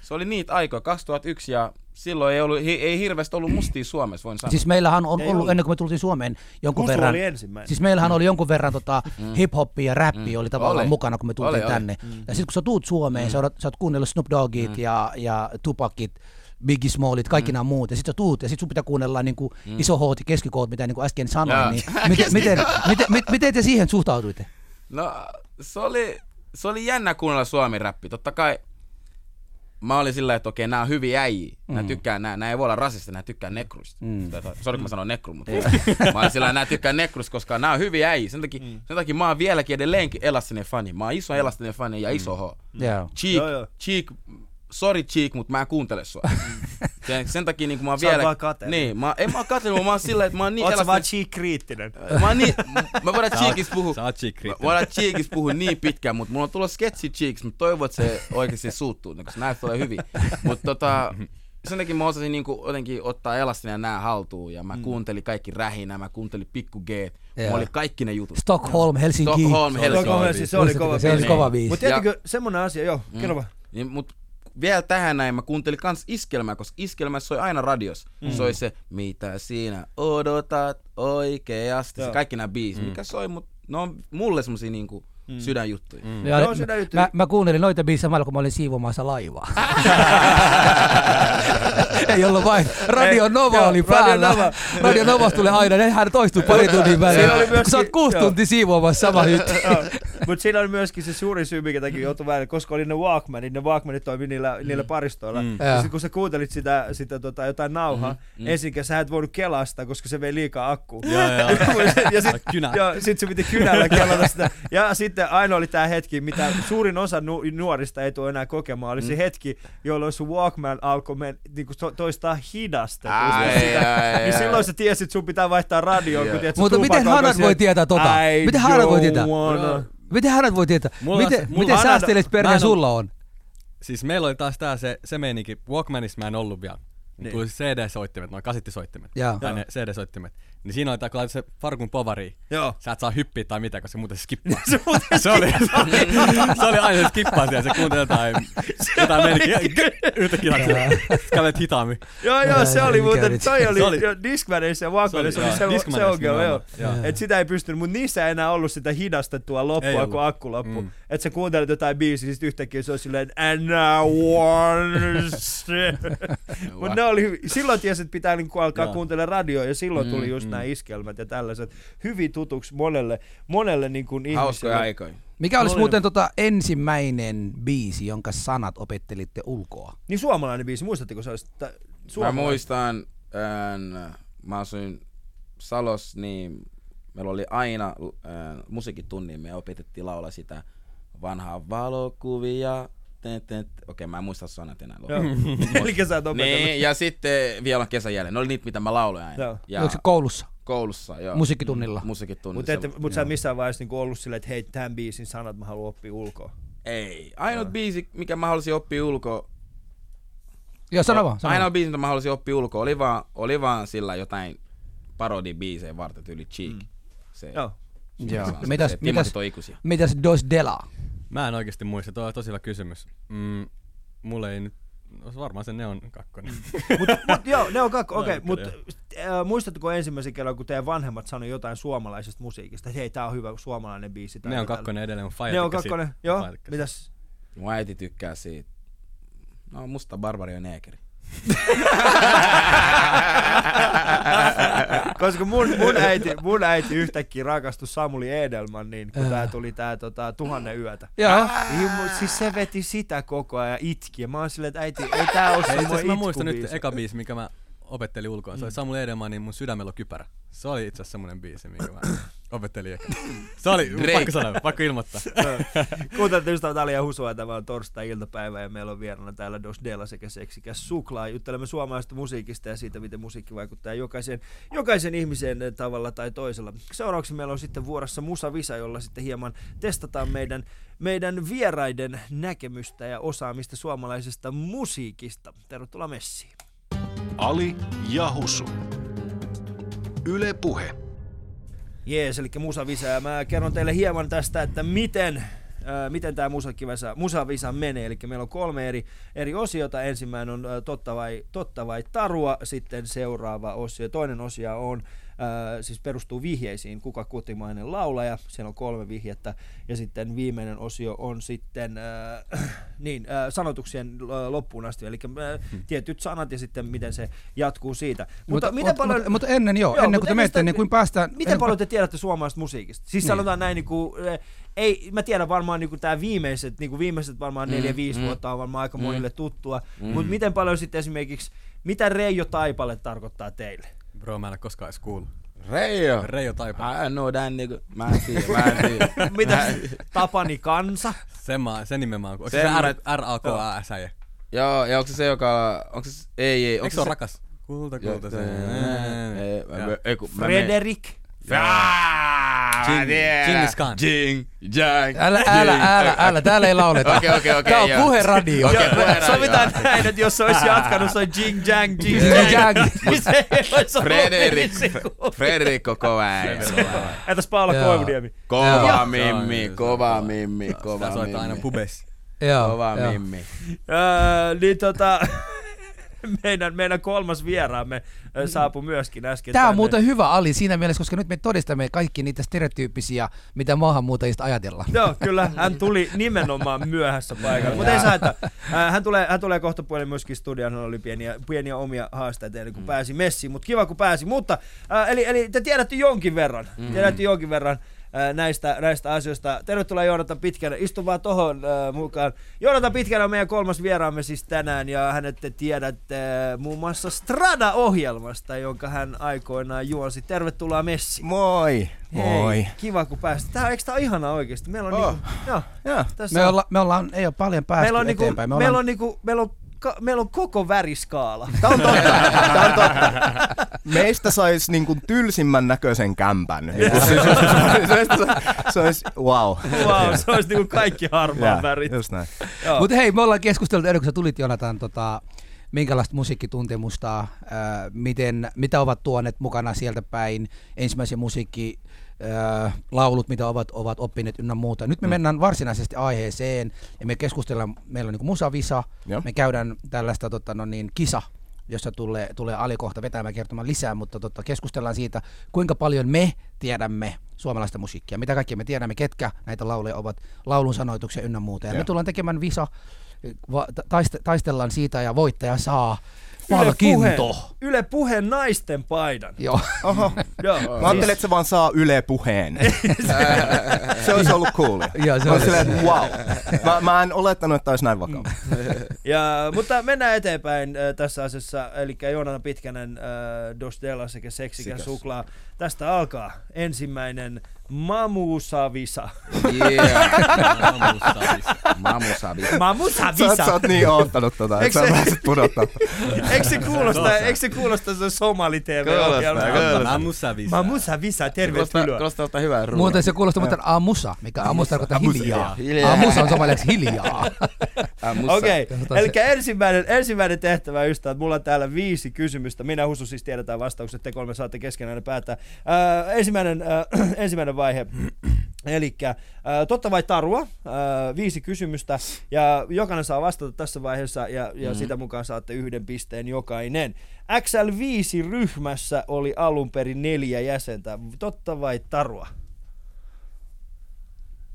[SPEAKER 4] se oli niitä aikoja, 2001, ja silloin ei, ollut, hi- ei hirveästi ollut mustia Suomessa, voin sanoa.
[SPEAKER 3] Siis meillähän on
[SPEAKER 1] Ei
[SPEAKER 3] ollut,
[SPEAKER 1] ollut.
[SPEAKER 3] ennen kuin me tultiin Suomeen, jonkun
[SPEAKER 1] Musta
[SPEAKER 3] verran.
[SPEAKER 1] oli ensimmäinen.
[SPEAKER 3] Siis meillähän oli jonkun verran tota, hip-hoppia ja räppiä oli tavallaan
[SPEAKER 4] Oli.
[SPEAKER 3] mukana, kun me tultiin
[SPEAKER 4] Oli, oli.
[SPEAKER 3] tänne. Ja sitten kun sä tuut Suomeen, sä, oot, sä oot kuunnellut Snoop Doggit ja, ja Tupakit, Biggie Smallit, kaikki nämä muut. Ja sitten sä tuut, ja sitten sun pitää kuunnella niinku iso hooti, keskikoot, mitä niinku äsken sanoin.
[SPEAKER 4] Jaa.
[SPEAKER 3] Niin, miten, miten, miten, mit- miten te siihen suhtauduitte?
[SPEAKER 4] No, se oli, se oli jännä kuunnella suomi-räppi. Totta kai mä olin sillä, että okei, nää on hyviä äijiä. Nää tykkää, nää, nää ei voi olla rasista, nää tykkää nekruista. Mm. Sori, kun mä sanon nekru, mutta mä olin sillä, nää tykkää nekruista, koska nää on hyviä äijiä. Sen takia, sen takia mä oon vieläkin edelleenkin elastinen fani. Mä oon iso elastinen fani ja iso H.
[SPEAKER 3] Joo.
[SPEAKER 4] Cheek,
[SPEAKER 1] Joo, joo.
[SPEAKER 4] Cheek, sorry Cheek, mutta mä en kuuntele sua. sen, sen takia niin kun mä oon
[SPEAKER 1] Sä oot
[SPEAKER 4] vielä...
[SPEAKER 1] vaan kateellinen.
[SPEAKER 4] Niin, mä, en mä oon kateellinen, mä oon sillä, että mä oon niin
[SPEAKER 1] Oot sä vaan
[SPEAKER 4] elastinen...
[SPEAKER 1] cheek-kriittinen?
[SPEAKER 4] Mä, oon niin, mä voidaan
[SPEAKER 5] oot-
[SPEAKER 4] Cheekis puhua.
[SPEAKER 5] sä oot cheek-kriittinen.
[SPEAKER 4] Mä voidaan Cheekis puhua niin pitkään, mutta mulla on tullut sketsi Cheeks, mutta toivon, että se oikeasti suuttuu, niin koska näistä tulee hyvin. Mutta tota, sen takia mä osasin niinku jotenkin ottaa elastinen ja nää haltuun, ja mä
[SPEAKER 1] Mm.
[SPEAKER 4] kuuntelin kaikki rähinä, mä kuuntelin pikku G,
[SPEAKER 3] Joo.
[SPEAKER 4] mä olin kaikki ne jutut.
[SPEAKER 3] Stockholm, Helsinki.
[SPEAKER 4] Stockholm, Helsinki.
[SPEAKER 1] Stockholm, siis se oli
[SPEAKER 3] Muistatteko,
[SPEAKER 1] kova
[SPEAKER 3] se oli
[SPEAKER 1] biisi.
[SPEAKER 3] kova biisi.
[SPEAKER 1] Mut tiedätkö, semmonen asia, joo, kerro vaan.
[SPEAKER 4] Niin, mut vielä tähän näin mä kuuntelin kans iskelmää, koska iskelmä soi aina radios. Mm. Soi se, mitä sinä odotat oikeasti.
[SPEAKER 1] Joo.
[SPEAKER 4] Se kaikki nämä biisit, mm. mikä soi, mut ne on mulle semmosia niinku mm. sydänjuttuja. Mm.
[SPEAKER 3] Ja
[SPEAKER 1] Joo, se täytyy.
[SPEAKER 3] mä, mä kuuntelin noita biisejä samalla, kun mä olin siivoamassa laivaa. ei ollut vain. Radio
[SPEAKER 1] Ei,
[SPEAKER 3] Nova
[SPEAKER 1] joo,
[SPEAKER 3] oli
[SPEAKER 1] Radio
[SPEAKER 3] päällä.
[SPEAKER 1] Nova.
[SPEAKER 3] Radio Nova tulee aina, nehän toistuu pari tunnin välein.
[SPEAKER 1] Siinä oli myöskin-
[SPEAKER 3] Kun sä oot kuusi
[SPEAKER 1] joo.
[SPEAKER 3] tuntia siivoamassa sama hytti.
[SPEAKER 1] Mutta siinä oli myöskin se suurin syy, minkä takia joutui välillä, koska oli ne Walkmanit, ne Walkmanit toimi niillä, niillä paristoilla. Mm. Ja
[SPEAKER 3] Joo.
[SPEAKER 1] sitten kun sä kuuntelit sitä, sitä tota, jotain nauhaa, mm. ensinnäkin sä et voinut kelasta, koska se vei liikaa akkua.
[SPEAKER 5] Joo, joo.
[SPEAKER 1] ja sitten
[SPEAKER 5] Kynä.
[SPEAKER 1] sit se piti kynällä kelata sitä. Ja sitten aina oli tämä hetki, mitä suurin osa nu- nuorista ei tule enää kokemaan, oli se hetki, jolloin sun Walkman alkoi men- niinku to- toistaa hidastetusti.
[SPEAKER 4] Ai,
[SPEAKER 1] sitä.
[SPEAKER 4] ai,
[SPEAKER 1] niin
[SPEAKER 4] ai.
[SPEAKER 1] silloin sä tiesit, että sun pitää vaihtaa radioon, kun
[SPEAKER 4] Joo.
[SPEAKER 1] tiedät,
[SPEAKER 3] Mutta miten Hanat voi tietää tota? Miten Hanat voi tietää? Miten hänet voi tietää?
[SPEAKER 5] Mulla on
[SPEAKER 3] miten
[SPEAKER 5] se- mulla
[SPEAKER 3] miten
[SPEAKER 5] on-
[SPEAKER 3] säästelet
[SPEAKER 5] mä en
[SPEAKER 3] perhe
[SPEAKER 5] oo-
[SPEAKER 3] sulla on?
[SPEAKER 5] Siis meillä oli taas tää se, se meininki, Walkmanissa mä en ollut vielä. Niin. Tuli CD-soittimet, noin kasittisoittimet.
[SPEAKER 3] Joo.
[SPEAKER 5] Tai ne CD-soittimet. Niin siinä oli tää, kun laitat se farkun povariin.
[SPEAKER 1] Joo.
[SPEAKER 5] Sä et saa hyppiä tai mitä, koska muuten se skippaa. se, oli, se, oli, se oli aina se skippaa siellä, se kuuntelee jotain, jotain meininkiä. Ja gr- Yhtäkkiä sä kävelet hitaammin.
[SPEAKER 1] Joo, joo, se oli
[SPEAKER 3] Mikä
[SPEAKER 1] muuten,
[SPEAKER 3] nyt?
[SPEAKER 1] toi
[SPEAKER 5] Se
[SPEAKER 1] oli
[SPEAKER 5] oli-
[SPEAKER 1] jo Discmanissa ja Walkmanissa
[SPEAKER 5] se oli-
[SPEAKER 1] oli se,
[SPEAKER 5] joo,
[SPEAKER 1] se
[SPEAKER 5] Discmanissa
[SPEAKER 1] ongelma, joo.
[SPEAKER 5] nimenomaan,
[SPEAKER 1] Et sitä ei pystynyt, mutta niissä ei enää ollut sitä hidastettua
[SPEAKER 5] Ei
[SPEAKER 1] loppua,
[SPEAKER 5] ollut.
[SPEAKER 1] kun akku loppui. Mm.
[SPEAKER 5] Mm.
[SPEAKER 1] Et sä kuuntelet jotain biisiä, sit yhtäkkiä se on silleen, and now once. Mut ne oli, silloin tiesi, että pitää niinku alkaa
[SPEAKER 5] Joo. Mm,
[SPEAKER 1] kuuntelemaan radioa ja silloin tuli just nämä iskelmät ja tällaiset hyvin tutuksi monelle, monelle niinku ihmiselle.
[SPEAKER 4] Hauskoja aikoja.
[SPEAKER 3] Mikä olisi
[SPEAKER 1] Oli-
[SPEAKER 3] muuten tota ensimmäinen biisi, jonka sanat opettelitte ulkoa?
[SPEAKER 1] Niin suomalainen biisi, muistatteko se olisi? tä-
[SPEAKER 4] Mä
[SPEAKER 1] suomalainen?
[SPEAKER 4] muistan, ään, mä asuin Salos, niin meillä oli aina ään, musiikitunni, me opetettiin laulaa sitä vanhaa valokuvia. Te, te, te. Okei, mä en muista sanat enää.
[SPEAKER 1] Joo. Eli sä et opetellut.
[SPEAKER 4] Niin, ja sitten vielä on kesän jälleen. Ne oli niitä, mitä mä lauloin aina.
[SPEAKER 1] Joo.
[SPEAKER 4] Ja
[SPEAKER 3] Oliko se koulussa?
[SPEAKER 4] koulussa, joo. Mm,
[SPEAKER 3] Musiikkitunnilla?
[SPEAKER 4] Musiikkitunnilla.
[SPEAKER 1] Mutta
[SPEAKER 4] Mut
[SPEAKER 1] mut sä et missään vaiheessa niinku ollut silleen, että hei, tämän biisin sanat mä haluan oppia ulkoa.
[SPEAKER 4] Ei. Ainut biisi, mikä mä halusin oppia ulkoa,
[SPEAKER 3] Joo, sano vaan. Sano.
[SPEAKER 4] ainoa
[SPEAKER 3] vaan.
[SPEAKER 4] biisi, mitä mä halusin oppia ulkoa, oli vaan, oli vaan sillä jotain parodibiisejä varten, tyyli Cheek. Mm. Se,
[SPEAKER 1] Joo.
[SPEAKER 3] Joo.
[SPEAKER 4] Se on se,
[SPEAKER 3] Mitäs-
[SPEAKER 4] se,
[SPEAKER 3] mitäs-
[SPEAKER 4] mitäs, on ikuisia.
[SPEAKER 3] Mitäs Dos Dela?
[SPEAKER 5] Mä en oikeasti muista, tuo on tosi hyvä kysymys. Mm, mulle ei nyt, no, se varmaan se Neon kakkonen.
[SPEAKER 1] Mut joo, ne on kakko, okei, okay,
[SPEAKER 5] Näyttelijä.
[SPEAKER 1] mutta äh, muistatteko ensimmäisen kerran, kun teidän vanhemmat sanoi jotain suomalaisesta musiikista, että hei, tää on hyvä suomalainen biisi. tai
[SPEAKER 5] Neon
[SPEAKER 1] jotain.
[SPEAKER 5] kakkonen edelleen, mun faija
[SPEAKER 1] Neon
[SPEAKER 5] tykkäsi-
[SPEAKER 1] kakkonen, joo,
[SPEAKER 5] faija tykkäsi.
[SPEAKER 1] mitäs?
[SPEAKER 4] Mun äiti tykkää siitä. No, musta barbari on neekeri.
[SPEAKER 1] Koska mun, mun, äiti, mun äiti yhtäkkiä rakastui Samuli Edelman, niin kun tää tuli tää tota, tuhannen yötä.
[SPEAKER 3] Joo.
[SPEAKER 1] Niin, mu- siis se veti sitä koko ajan ja itki. Ja mä oon silleen, että äiti, ei tää oo
[SPEAKER 5] Hei, itse
[SPEAKER 1] semmoinen
[SPEAKER 5] asiassa mä muistan nyt
[SPEAKER 1] itkubiisi.
[SPEAKER 5] eka biisi, mikä mä opettelin ulkoa. Se oli Samuel Edelmanin mun sydämellä on kypärä. Se oli itse asiassa semmonen biisi, mikä mä opettelin eka. Se oli,
[SPEAKER 4] Drake.
[SPEAKER 5] pakko sanoa, pakko ilmoittaa.
[SPEAKER 1] Kuuntelette ystävät Ali ja Husua, tämä on torstai-iltapäivä ja meillä on vieraana täällä Dos Della sekä seksikäs suklaa. Juttelemme suomalaisesta musiikista ja siitä, miten musiikki vaikuttaa jokaisen, jokaisen ihmiseen eh, tavalla tai toisella. Seuraavaksi meillä on sitten vuorossa Musa Visa, jolla sitten hieman testataan meidän, meidän vieraiden näkemystä ja osaamista suomalaisesta musiikista. Tervetuloa messiin.
[SPEAKER 2] Ali Jahusu. Yle Puhe.
[SPEAKER 1] Jees, eli musavisa. Ja mä kerron teille hieman tästä, että miten, äh, miten tämä musakivisa, musavisa menee. Eli meillä on kolme eri, eri osiota. Ensimmäinen on äh, totta, vai, totta vai tarua, sitten seuraava osio. Toinen osia on, äh, siis perustuu vihjeisiin, kuka kotimainen laulaja. Siellä on kolme vihjettä. Ja sitten viimeinen osio on sitten äh, niin, äh, sanotuksien äh, loppuun asti. Eli äh, tietyt sanat ja sitten miten se jatkuu siitä. Mutta,
[SPEAKER 3] Hmm. Mut-
[SPEAKER 1] miten
[SPEAKER 3] mut-
[SPEAKER 1] paljon...
[SPEAKER 3] mut- mut ennen joo, ennen kuin
[SPEAKER 1] mut
[SPEAKER 3] te menette,
[SPEAKER 1] sitä-
[SPEAKER 3] niin kuin päästään- ennen
[SPEAKER 1] Miten
[SPEAKER 3] kuin
[SPEAKER 1] paljon te tiedätte suomalaisesta musiikista? Siis niin. sanotaan näin, niin kuin, ei, mä tiedän varmaan niin tämä viimeiset, niin kuin viimeiset varmaan neljä, viisi vuotta on varmaan aika monille tuttua, mutta miten paljon sitten esimerkiksi, mitä Reijo Taipale tarkoittaa teille?
[SPEAKER 5] Bro, mä en ole koskaan edes kuullut.
[SPEAKER 4] Reijo!
[SPEAKER 5] Reijo Taipale.
[SPEAKER 4] I know that nigga. Mä en tiedä, mä en tiedä.
[SPEAKER 1] Mitä Tapani Kansa?
[SPEAKER 5] Sen, mä, sen nimen mä oon kuullut.
[SPEAKER 4] Sen
[SPEAKER 5] Onko
[SPEAKER 4] mä-
[SPEAKER 5] se R-A-K-A-S? Eikö
[SPEAKER 4] Joo, ja onko se se, joka... Onko se... Ei, ei. Onko
[SPEAKER 5] se ole rakas? Kulta,
[SPEAKER 4] Joo,
[SPEAKER 5] kulta se.
[SPEAKER 4] Ei, mä- mä- ei, kun mä menen-
[SPEAKER 1] Frederik?
[SPEAKER 4] Jaa, mä
[SPEAKER 5] Ching-
[SPEAKER 4] tiedän.
[SPEAKER 5] Chingis Khan.
[SPEAKER 4] Ching, Jack,
[SPEAKER 3] Älä, älä,
[SPEAKER 4] Ching.
[SPEAKER 3] älä, älä, täällä ei lauleta.
[SPEAKER 4] Okei, okei, okei,
[SPEAKER 3] Tää on
[SPEAKER 4] joo.
[SPEAKER 3] puheradio.
[SPEAKER 4] Okei, puheradio.
[SPEAKER 1] Sovitaan näin, että jos se olisi jatkanut, se on Jing Jang, Jing Jang. niin Se ei olisi ollut
[SPEAKER 4] Frederik,
[SPEAKER 1] viisi
[SPEAKER 4] Fre-
[SPEAKER 1] sekuntia.
[SPEAKER 4] Frederik on kova äijä.
[SPEAKER 1] Entäs Paula
[SPEAKER 3] Joo.
[SPEAKER 1] Koivuniemi?
[SPEAKER 4] Kova
[SPEAKER 5] Joo.
[SPEAKER 4] mimmi, kova mimmi,
[SPEAKER 5] Sitä
[SPEAKER 4] kova
[SPEAKER 5] soittaa aina
[SPEAKER 4] mimmi.
[SPEAKER 5] pubeissa.
[SPEAKER 3] Joo,
[SPEAKER 4] Kova
[SPEAKER 3] joo.
[SPEAKER 4] mimmi.
[SPEAKER 1] Öö, niin tota, meidän, meidän kolmas vieraamme ö, saapui myöskin äsken.
[SPEAKER 3] Tämä on
[SPEAKER 1] tänne.
[SPEAKER 3] muuten hyvä Ali siinä mielessä, koska nyt me todistamme kaikki niitä stereotyyppisiä, mitä maahanmuuttajista ajatellaan.
[SPEAKER 1] Joo, kyllä. Hän tuli nimenomaan myöhässä paikalle. Mutta ei saa, että ää, hän tulee, hän tulee kohta puoleen myöskin studioon. Hän oli pieniä, pieniä omia haasteita ennen kuin pääsi messiin. Mutta kiva, kun pääsi. Mutta, ää, eli, eli te tiedätte jonkin verran. Tiedätte jonkin verran ää, näistä, näistä asioista. Tervetuloa Joonatan Pitkänä. Istu vaan tohon ää, mukaan. Joonatan Pitkänä on meidän kolmas vieraamme siis tänään. Ja hänet te tiedätte ää, muun muassa Strada-ohjelmasta, jonka hän aikoinaan juonsi. Tervetuloa messiin.
[SPEAKER 6] Moi! Moi!
[SPEAKER 1] Hei, kiva kun pääsit. Tää, eikö tää ole ihanaa oikeesti? Meillä on
[SPEAKER 6] Oh.
[SPEAKER 1] niinku, joo,
[SPEAKER 6] Joo.
[SPEAKER 1] tässä
[SPEAKER 3] Me, olla, me ollaan, ei ole paljon päästy
[SPEAKER 1] meillä on niinku,
[SPEAKER 3] eteenpäin.
[SPEAKER 1] meillä on niinku, meillä on, ka, meillä on koko väriskaala.
[SPEAKER 6] Tää on totta. Tää on totta. Meistä sais niinku tylsimmän näköisen kämpän. Niinku se- se- se- se- se- Se olisi wow.
[SPEAKER 1] Wow, se olisi niinku kaikki harmaan
[SPEAKER 6] Jaa,
[SPEAKER 1] värit.
[SPEAKER 6] Just näin.
[SPEAKER 1] Joo.
[SPEAKER 3] Mutta hei, me ollaan keskusteltu ennen kuin sä tulit Jonatan, tota, minkälaista musiikkituntemusta, ää, miten, mitä ovat tuoneet mukana sieltä päin, ensimmäisiä musiikki, ää, laulut, mitä ovat, ovat oppineet ynnä muuta. Nyt me mm. mennään varsinaisesti aiheeseen ja me keskustellaan, meillä on niin musavisa,
[SPEAKER 6] Joo.
[SPEAKER 3] me käydään tällaista tota, no niin, kisa, jossa tulee, tulee alikohta vetämään kertomaan lisää, mutta tota, keskustellaan siitä, kuinka paljon me tiedämme suomalaista musiikkia, mitä kaikkea me tiedämme, ketkä näitä lauleja ovat, laulun sanoituksia ynnä muuta. Ja me
[SPEAKER 6] Joo.
[SPEAKER 3] tullaan tekemään visa, va- ta- taiste- taistellaan siitä ja voittaja saa palkinto.
[SPEAKER 1] Yle puheen naisten paidan.
[SPEAKER 3] Joo.
[SPEAKER 6] Oho.
[SPEAKER 1] Joo.
[SPEAKER 6] Mä ajattelin, että se vaan saa Yle puheen. se olisi ollut coolia.
[SPEAKER 3] Joo, se
[SPEAKER 6] Mä oon
[SPEAKER 3] olisi.
[SPEAKER 6] silleen, että wow. Mä, mä en olettanut, että olisi näin vakava.
[SPEAKER 1] Siis- Ja, mutta mennään eteenpäin äh, tässä asiassa. Eli Joonana Pitkänen, äh, Dos Della sekä seksikäs
[SPEAKER 4] Sikäs.
[SPEAKER 1] suklaa. Tästä alkaa ensimmäinen Mamusavisa.
[SPEAKER 4] Yeah.
[SPEAKER 5] Aamussa.
[SPEAKER 4] Mamu Sabi.
[SPEAKER 6] Sä, oot- sä
[SPEAKER 1] Mamusavisa!
[SPEAKER 6] oot niin oottanut tota,
[SPEAKER 1] Eikö
[SPEAKER 6] että
[SPEAKER 1] se-
[SPEAKER 6] sä pääset pudottaa.
[SPEAKER 1] Eikö se kuulosta, eikö se kuulosta se somali TV-ohjelma?
[SPEAKER 4] kuulostaa.
[SPEAKER 5] Aamussa viisi.
[SPEAKER 1] Mamusavisa, tervetuloa.
[SPEAKER 4] Kuulostaa ottaa hyvää ruokaa.
[SPEAKER 3] Muuten se kuulostaa muuten amusa, mikä amus tarkoittaa hiljaa.
[SPEAKER 4] Hiljaa.
[SPEAKER 3] Amusa on somaliksi hiljaa.
[SPEAKER 1] Okei,
[SPEAKER 3] Katsotaan
[SPEAKER 1] eli ensimmäinen, ensimmäinen tehtävä ystävät, mulla on täällä viisi kysymystä. Minä Husu siis tiedetään vastaukset, te kolme saatte keskenään ne päättää. Äh, ensimmäinen, äh, ensimmäinen vaihe. Eli äh, totta vai tarua, äh, viisi kysymystä ja jokainen saa vastata tässä vaiheessa ja, ja mm. sitä mukaan saatte yhden pisteen jokainen. XL5-ryhmässä oli alun perin neljä jäsentä, totta vai tarua?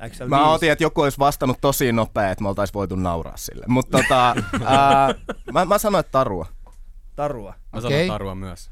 [SPEAKER 1] XL5.
[SPEAKER 6] Mä ootin, että joku olisi vastannut tosi nopea, että me oltais voitu nauraa sille. Mutta tota, ää, mä, mä sanoin, että tarua.
[SPEAKER 1] Tarua.
[SPEAKER 5] Mä
[SPEAKER 3] Okei.
[SPEAKER 5] sanon tarua myös.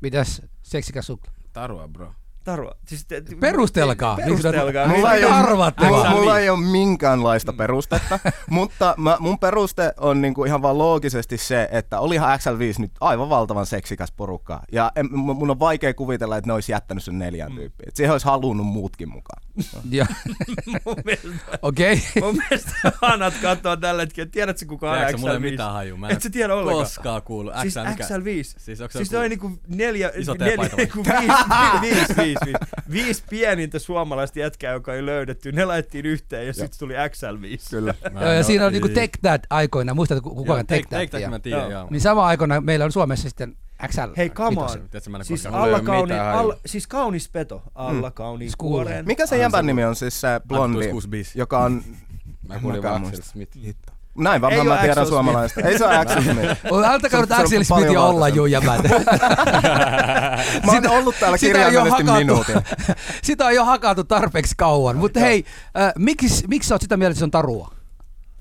[SPEAKER 3] Mitäs seksikäs sukla?
[SPEAKER 4] Tarua, bro.
[SPEAKER 1] Tarua. Siis te,
[SPEAKER 3] Perustelkaa.
[SPEAKER 1] Perustelkaa.
[SPEAKER 3] Mulla ei arvatte
[SPEAKER 6] mulla,
[SPEAKER 3] vaan.
[SPEAKER 6] mulla ei ole minkäänlaista perustetta, mutta mä, mun peruste on niinku ihan vaan loogisesti se, että olihan XL5 nyt aivan valtavan seksikäs porukka. Ja en, mun mun on vaikea kuvitella, että ne olisi jättänyt sen neljän tyyppiä. Et siihen olisi halunnut muutkin mukaan.
[SPEAKER 3] Ja-
[SPEAKER 1] Mun mielestä,
[SPEAKER 3] Okei.
[SPEAKER 1] mun mielestä Hanat katsoo tällä hetkellä. Tiedätkö kuka on
[SPEAKER 5] Tiedätkö,
[SPEAKER 1] XL5?
[SPEAKER 5] mulla ei mitään haju. Mä en
[SPEAKER 1] Et sä tiedä ollenkaan.
[SPEAKER 5] koskaan kuullut.
[SPEAKER 1] Siis
[SPEAKER 5] XL mikä?
[SPEAKER 1] XL5.
[SPEAKER 5] Siis onko se
[SPEAKER 1] Siis
[SPEAKER 5] joku-
[SPEAKER 1] noin niinku neljä,
[SPEAKER 5] Iso
[SPEAKER 1] neljä
[SPEAKER 5] teepaita vai?
[SPEAKER 1] niinku viisi, viisi, viisi, viisi, viisi pienintä suomalaista jätkää, joka ei löydetty. Ne laittiin yhteen ja sitten tuli XL5.
[SPEAKER 6] Kyllä.
[SPEAKER 5] Mä
[SPEAKER 3] Joo, ja
[SPEAKER 5] en
[SPEAKER 3] siinä
[SPEAKER 5] oo-
[SPEAKER 3] on niinku
[SPEAKER 5] ei.
[SPEAKER 3] Take That aikoina, muistatko kuka
[SPEAKER 5] Joo,
[SPEAKER 3] on Take That?
[SPEAKER 5] Take That mä tiedän,
[SPEAKER 1] Joo.
[SPEAKER 5] joo.
[SPEAKER 3] Niin sama aikoina meillä on Suomessa sitten XL.
[SPEAKER 1] Hei, come
[SPEAKER 3] vitosen.
[SPEAKER 1] on.
[SPEAKER 5] Tiedätkö, mä en Mm. oo
[SPEAKER 1] Siis,
[SPEAKER 5] koskaan
[SPEAKER 1] alla
[SPEAKER 4] kuullut.
[SPEAKER 1] kauni,
[SPEAKER 4] Ei oo mitään
[SPEAKER 1] alla,
[SPEAKER 4] hajua.
[SPEAKER 1] siis kaunis peto. Alla kauniin
[SPEAKER 3] Siis kuulee.
[SPEAKER 1] kuoreen.
[SPEAKER 6] Mikä se jämpän nimi on siis se blondi,
[SPEAKER 5] 26.
[SPEAKER 6] joka on...
[SPEAKER 4] Mä kuulin
[SPEAKER 6] mäkään
[SPEAKER 4] vaan
[SPEAKER 6] muista.
[SPEAKER 4] Axel Smith.
[SPEAKER 6] Näin
[SPEAKER 1] Ei
[SPEAKER 6] varmaan
[SPEAKER 1] oo
[SPEAKER 6] mä tiedän
[SPEAKER 1] Axel
[SPEAKER 6] suomalaista. Ei se ole Axel Smith.
[SPEAKER 3] Oi, Ältäkää nyt
[SPEAKER 6] Se on- se on
[SPEAKER 3] Axel
[SPEAKER 6] paljon
[SPEAKER 3] Smithia olla
[SPEAKER 6] valtaisempi.
[SPEAKER 3] juu jämätä.
[SPEAKER 6] Mä oon ollut täällä kirjaimellisesti minuutin.
[SPEAKER 3] sitä ei ole hakattu tarpeeksi kauan. Mutta hei, äh, miksi, miksi sä oot sitä mieltä, että se on tarua?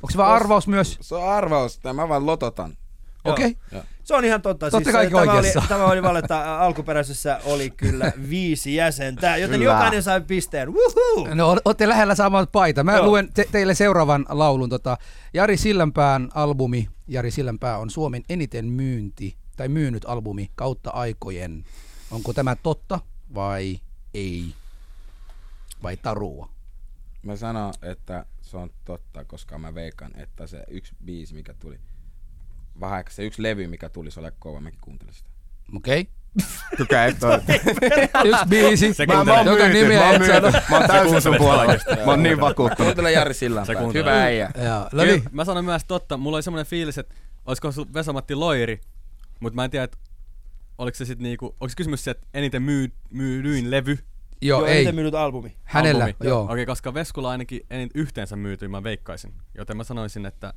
[SPEAKER 3] Onko se vaan
[SPEAKER 4] Kos-
[SPEAKER 3] arvaus myös?
[SPEAKER 4] Se on arvaus, tää mä vaan lototan.
[SPEAKER 1] Joo.
[SPEAKER 3] Okei. Okay.
[SPEAKER 1] Se on ihan totta.
[SPEAKER 3] Te ootte kaikki
[SPEAKER 1] tämä, oli,
[SPEAKER 3] oikeassa.
[SPEAKER 1] tämä oli valetta. Alkuperäisessä oli kyllä viisi jäsentä, joten
[SPEAKER 6] Hyvä.
[SPEAKER 1] jokainen sai pisteen. Woohoo!
[SPEAKER 3] No o- ootte lähellä saamaan paita. Mä
[SPEAKER 1] Joo.
[SPEAKER 3] luen te- teille seuraavan laulun. Tota, Jari Sillanpään albumi. Jari Sillanpää on Suomen eniten myynti tai myynyt albumi kautta aikojen. Onko tämä totta vai ei? Vai tarua?
[SPEAKER 4] Mä sanon, että se on totta, koska mä veikan, että se yksi biisi, mikä tuli, vähän se yksi levy, mikä tuli, se oli kova, mäkin kuuntelin sitä.
[SPEAKER 3] Okei. Okay.
[SPEAKER 6] Tykkää et toi.
[SPEAKER 3] Yksi biisi,
[SPEAKER 5] Se
[SPEAKER 6] Mä, mä oon
[SPEAKER 3] joka
[SPEAKER 6] myyty, mä
[SPEAKER 3] nimeä
[SPEAKER 6] oon
[SPEAKER 3] et sano.
[SPEAKER 6] myyty. Mä oon täysin sun puolella. Mä oon niin vakuuttunut.
[SPEAKER 4] Kuuntele Jari
[SPEAKER 5] Sä
[SPEAKER 4] Sillanpää,
[SPEAKER 5] kuuntelet.
[SPEAKER 4] hyvä äijä.
[SPEAKER 3] Joo, no
[SPEAKER 5] Kyllä,
[SPEAKER 3] niin.
[SPEAKER 5] mä sanon myös totta. Mulla oli semmoinen fiilis, että olisiko su- Vesamatti Loiri, mutta mä en tiedä, että oliko se sit niinku, onko se kysymys se, että eniten myy, myydyin levy
[SPEAKER 3] Joo, ei.
[SPEAKER 1] Eniten myynyt albumi.
[SPEAKER 3] Hänellä,
[SPEAKER 5] albumi?
[SPEAKER 3] joo.
[SPEAKER 5] Okei, okay, koska Veskulla ainakin enin yhteensä myytyi, mä veikkaisin. Joten mä sanoisin, että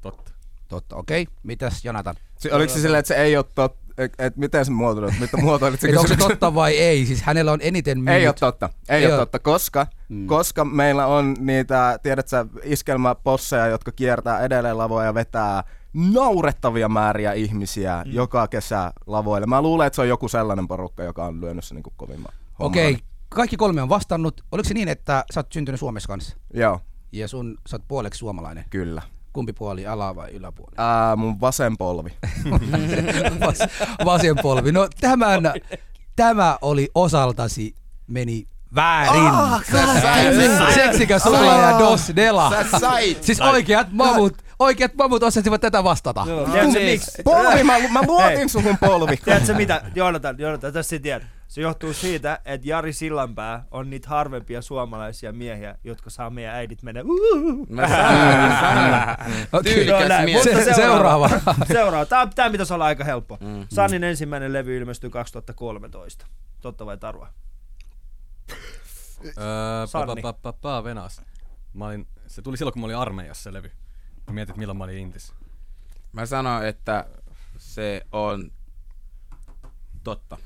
[SPEAKER 5] totta.
[SPEAKER 3] Totta, okei. Okay. Mitäs Jonatan?
[SPEAKER 6] Si- oliko se silleen, että se ei ole totta? Että et miten se muotoilit? Mitä muotoilit se
[SPEAKER 3] Et onko se
[SPEAKER 6] kysymyksen?
[SPEAKER 3] totta Niin. vai ei? Siis hänellä on eniten myynyt.
[SPEAKER 6] Ei ole totta. Ei,
[SPEAKER 3] Ei
[SPEAKER 6] ei ole
[SPEAKER 3] oo.
[SPEAKER 6] totta, koska, mm. koska meillä on niitä, tiedätkö, iskelmäposseja, jotka kiertää edelleen lavoja ja vetää naurettavia määriä ihmisiä mm. joka kesä lavoille. Mä luulen, että se on joku sellainen porukka, joka on lyönyt sen niin kovimman homman.
[SPEAKER 3] Okei, okay. kaikki kolme on vastannut. Oliko se niin, että sä oot syntynyt Suomessa kanssa?
[SPEAKER 6] Joo,
[SPEAKER 3] Ja sun, sä oot puoleksi suomalainen.
[SPEAKER 6] kyllä.
[SPEAKER 3] Kumpi puoli, ala vai yläpuoli?
[SPEAKER 6] Ää, mun vasen polvi.
[SPEAKER 3] Niin. Vas, vasen polvi. No tämän, tämä oli osaltasi, meni väärin.
[SPEAKER 4] Ah,
[SPEAKER 3] Oh, Seksikäs sulla ja Dos Dela.
[SPEAKER 4] Sä sait.
[SPEAKER 3] Siis oikeat mamut, oikeat mamut osasivat tätä vastata.
[SPEAKER 1] Joo. Tiedätkö miksi?
[SPEAKER 6] Polvi, mä, mä
[SPEAKER 1] Hei.
[SPEAKER 6] luotin suhun polvi.
[SPEAKER 1] Tiedätkö mitä? Joonatan, Joonatan, tässä ei tiedä. Se johtuu siitä, että Jari Sillanpää on niitä harvempia suomalaisia miehiä, jotka saa meidän äidit mennä. "Uhuhu".
[SPEAKER 4] Mä sanon,
[SPEAKER 3] Okei.
[SPEAKER 1] No
[SPEAKER 4] tyylikäs
[SPEAKER 1] näin,
[SPEAKER 4] mies.
[SPEAKER 1] mutta
[SPEAKER 3] Se- seuraava.
[SPEAKER 1] Seuraava. Tämä, tämä pitäisi olla aika helppo. Mm. Sannin ensimmäinen levy ilmestyi 2013. Totta vai tarua?
[SPEAKER 5] Öö,
[SPEAKER 1] Sanni.
[SPEAKER 5] pa, pa, pa, pa, venas. Mä olin, se tuli silloin, kun mä olin armeijassa se levy. Mä mietin, että milloin mä olin Intis.
[SPEAKER 4] Mä sanon, että se on totta.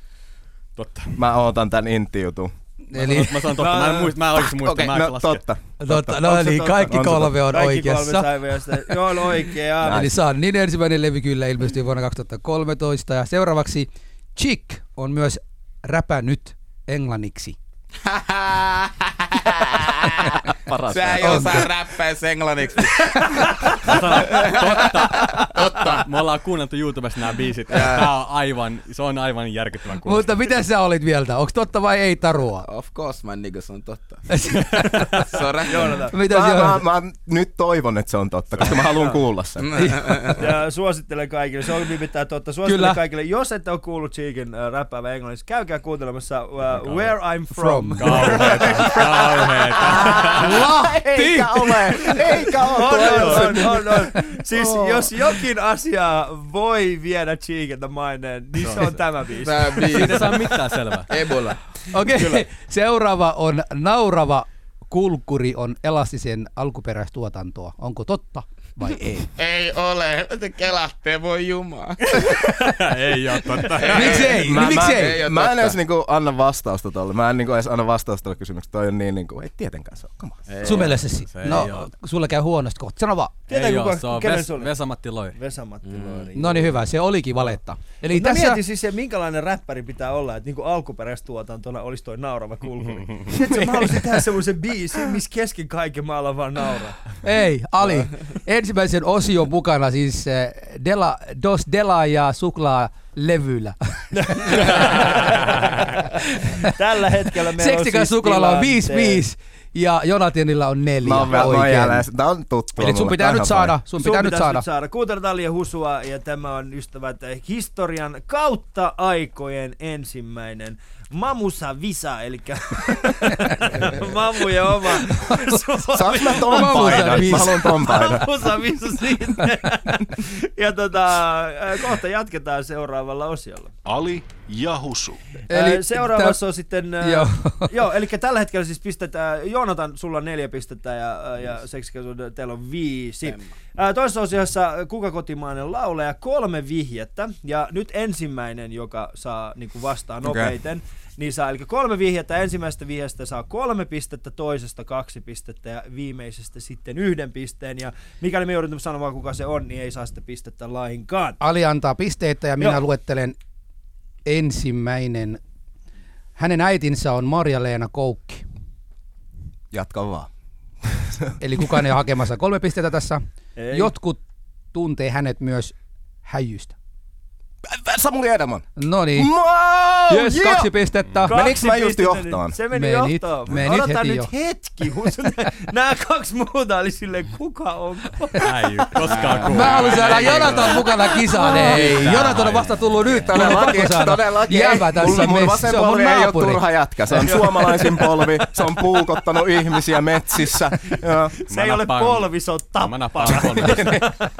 [SPEAKER 5] Totta.
[SPEAKER 6] Mä ootan tän intti jutun.
[SPEAKER 3] Eli
[SPEAKER 5] Mä sanon totta, mä en muista, mä en oikeesti muista,
[SPEAKER 6] Okei,
[SPEAKER 5] mä en
[SPEAKER 6] no,
[SPEAKER 5] laske.
[SPEAKER 6] totta.
[SPEAKER 3] totta, no
[SPEAKER 6] On se
[SPEAKER 3] niin,
[SPEAKER 6] totta,
[SPEAKER 3] kaikki
[SPEAKER 6] on se
[SPEAKER 3] kolme on
[SPEAKER 1] Kaikki kolme
[SPEAKER 3] oikeassa.
[SPEAKER 1] saivat sitä. Joo, on oikea.
[SPEAKER 3] Eli Sannin ensimmäinen levy kyllä ilmestyi vuonna 2013 ja seuraavaksi Chick on myös räpänyt englanniksi.
[SPEAKER 4] Paras.
[SPEAKER 7] Sä ei
[SPEAKER 3] On.
[SPEAKER 7] osaa räppää englanniksi.
[SPEAKER 5] Mä sanon, totta, totta. Me ollaan kuunneltu YouTubessa nämä biisit. Ja tää on aivan, se on aivan järkyttävän kuulosta.
[SPEAKER 3] Mutta mitä sä olit mieltä? Onko totta vai ei tarua?
[SPEAKER 4] Of course, my nigga, se on totta.
[SPEAKER 7] Se on räppää.
[SPEAKER 3] mitä
[SPEAKER 6] Mä,
[SPEAKER 3] siellä
[SPEAKER 6] mä,
[SPEAKER 3] on?
[SPEAKER 6] mä, nyt toivon, että se on totta, koska mä haluan kuulla sen.
[SPEAKER 1] Ja suosittelen kaikille, se on nimittäin totta. Suosittelen
[SPEAKER 3] Kyllä.
[SPEAKER 1] Kyllä. kaikille, jos ette ole kuullut Cheekin äh, räppäävä englanniksi, käykää kuuntelemassa uh, Where I'm From.
[SPEAKER 3] From.
[SPEAKER 5] Kauheeta, kauheeta.
[SPEAKER 6] Eikä ole, eikä ole.
[SPEAKER 1] On,
[SPEAKER 6] toi
[SPEAKER 1] on,
[SPEAKER 6] se.
[SPEAKER 1] on, on, on. Siis jos jokin asia voi viedä Cheekeltä maineen, niin se on tämä biisi.
[SPEAKER 7] Tää
[SPEAKER 5] Siitä
[SPEAKER 4] Niin.
[SPEAKER 7] biisi.
[SPEAKER 5] ei saa mitään selvää.
[SPEAKER 7] Ebola.
[SPEAKER 3] Okei, okay. seuraava on naurava kulkuri on elastisen alkuperäistuotantoa. Onko totta vai ei?
[SPEAKER 7] Ei ole. Se kelahtee, voi jumaa.
[SPEAKER 5] ei oo totta.
[SPEAKER 3] Miksi ei?
[SPEAKER 6] Mä,
[SPEAKER 3] Niin
[SPEAKER 6] mä,
[SPEAKER 3] miksi ei?
[SPEAKER 7] ei oo
[SPEAKER 6] mä en
[SPEAKER 7] totta.
[SPEAKER 6] edes niinku anna vastausta tolle. Mä en niinku edes anna vastausta tolle kysymykselle. Toi on niin niinku, ei tietenkään se ole. Come on.
[SPEAKER 3] Sun mielestä se,
[SPEAKER 5] Se ei
[SPEAKER 3] no,
[SPEAKER 5] oo.
[SPEAKER 3] sulla käy huonosti kohta. Sano vaan.
[SPEAKER 5] Ei oo,
[SPEAKER 1] kuka-
[SPEAKER 5] se on
[SPEAKER 1] kenen
[SPEAKER 5] Ves, Mm.
[SPEAKER 1] se oli?
[SPEAKER 5] Vesamatti Loiri.
[SPEAKER 1] Vesa-Matti Loiri.
[SPEAKER 3] No niin hyvä, se olikin valetta. Eli
[SPEAKER 1] Mä
[SPEAKER 3] tässä...
[SPEAKER 1] mietin siis se, minkälainen räppäri pitää olla, että niinku alkuperäistuotantona olisi toi naurava kulkuri. Tiedätkö, mä haluaisin tehdä semmoisen biisin, missä kesken kaiken mä alan vaan nauraa.
[SPEAKER 3] Ei, Ali. Ensimmäisen osion mukana siis eh, Dela, Dos Dela ja Suklaa levyllä.
[SPEAKER 1] Tällä hetkellä meillä on siis
[SPEAKER 3] Seksikäs Suklaalla on
[SPEAKER 1] tilanteet.
[SPEAKER 3] 5-5 ja Jonatinilla on 4
[SPEAKER 6] Mä oon vielä noin jälleen. Tää on tuttua
[SPEAKER 3] Eli sun
[SPEAKER 6] mulle.
[SPEAKER 3] pitää
[SPEAKER 6] Tää on
[SPEAKER 3] nyt
[SPEAKER 6] ihan
[SPEAKER 3] saada, sun
[SPEAKER 1] Sun
[SPEAKER 3] pitää nyt
[SPEAKER 1] pitäisi
[SPEAKER 3] saada.
[SPEAKER 1] nyt saada. Kuunteltaan liian husua ja tämä on ystävät historian kautta aikojen ensimmäinen Mamusa Visa, eli Mamu ja oma
[SPEAKER 6] fine.
[SPEAKER 1] Suomi.
[SPEAKER 6] Saanko mä ton
[SPEAKER 3] Mä haluan sen
[SPEAKER 6] paidan? Mä
[SPEAKER 3] viisi.
[SPEAKER 6] haluan ton paidan.
[SPEAKER 1] Mamusa Visa siitä. Ja tota, äh, kohta jatketaan seuraavalla osiolla.
[SPEAKER 2] Ali ja Husu.
[SPEAKER 3] Eli
[SPEAKER 1] Eli seuraavassa on sitten... Äh,
[SPEAKER 3] Joo.
[SPEAKER 1] joo. joo, eli tällä hetkellä siis pistetään, Joonatan, sulla on neljä pistettä ja, äh, ja seksikäs on- teillä on viisi. Äh, toisessa osiossa äh, Kuka kotimainen lauleja, kolme vihjettä. Ja nyt ensimmäinen, joka saa niin kuin vastaa
[SPEAKER 6] Okei.
[SPEAKER 1] nopeiten, niin saa eli kolme vihjettä. Ensimmäisestä vihjestä saa kolme pistettä, toisesta kaksi pistettä ja viimeisestä sitten yhden pisteen. Ja mikäli me joudumme sanomaan, kuka se on, niin ei saa sitä pistettä lainkaan.
[SPEAKER 3] Ali antaa pisteitä ja minä
[SPEAKER 1] Joo.
[SPEAKER 3] luettelen ensimmäinen. Hänen äitinsä on Marja-Leena Koukki.
[SPEAKER 6] Jatka vaan.
[SPEAKER 3] Eli kukaan ei ole hakemassa kolme pistettä tässä.
[SPEAKER 1] Ei.
[SPEAKER 3] Jotkut tuntee hänet myös häijystä.
[SPEAKER 6] Samuli Edelman.
[SPEAKER 3] No niin.
[SPEAKER 6] Wow,
[SPEAKER 3] Yes,
[SPEAKER 6] yeah!
[SPEAKER 3] kaksi pistettä.
[SPEAKER 1] Kaksi
[SPEAKER 6] Meniks Ah, mä just
[SPEAKER 1] pistettä
[SPEAKER 6] johtoon?
[SPEAKER 1] nyt? Se meni
[SPEAKER 3] Menit,
[SPEAKER 1] johtoon.
[SPEAKER 3] menit
[SPEAKER 1] Menit Odota
[SPEAKER 3] heti
[SPEAKER 1] nyt
[SPEAKER 3] jo.
[SPEAKER 1] hetki, kun nämä kaksi muuta oli silleen, kuka on?
[SPEAKER 5] Äijy, koskaan kuulu.
[SPEAKER 3] Mä haluan saada Jonatan mukana kisaan. Ei, Jonatan on vasta tullut nyt. Tämä on pakko saada. Jäävä tässä
[SPEAKER 6] mun
[SPEAKER 3] messissä.
[SPEAKER 6] vasen
[SPEAKER 3] Se on mun
[SPEAKER 6] polvi ei ole
[SPEAKER 3] naapuri.
[SPEAKER 6] turha jätkä. Se on suomalaisin polvi. Se on puukottanut ihmisiä metsissä. Joo.
[SPEAKER 1] Se ei ole
[SPEAKER 5] nappaan-
[SPEAKER 1] polvi, se on
[SPEAKER 5] Mä
[SPEAKER 1] tappara.
[SPEAKER 5] nappaan kolmesta.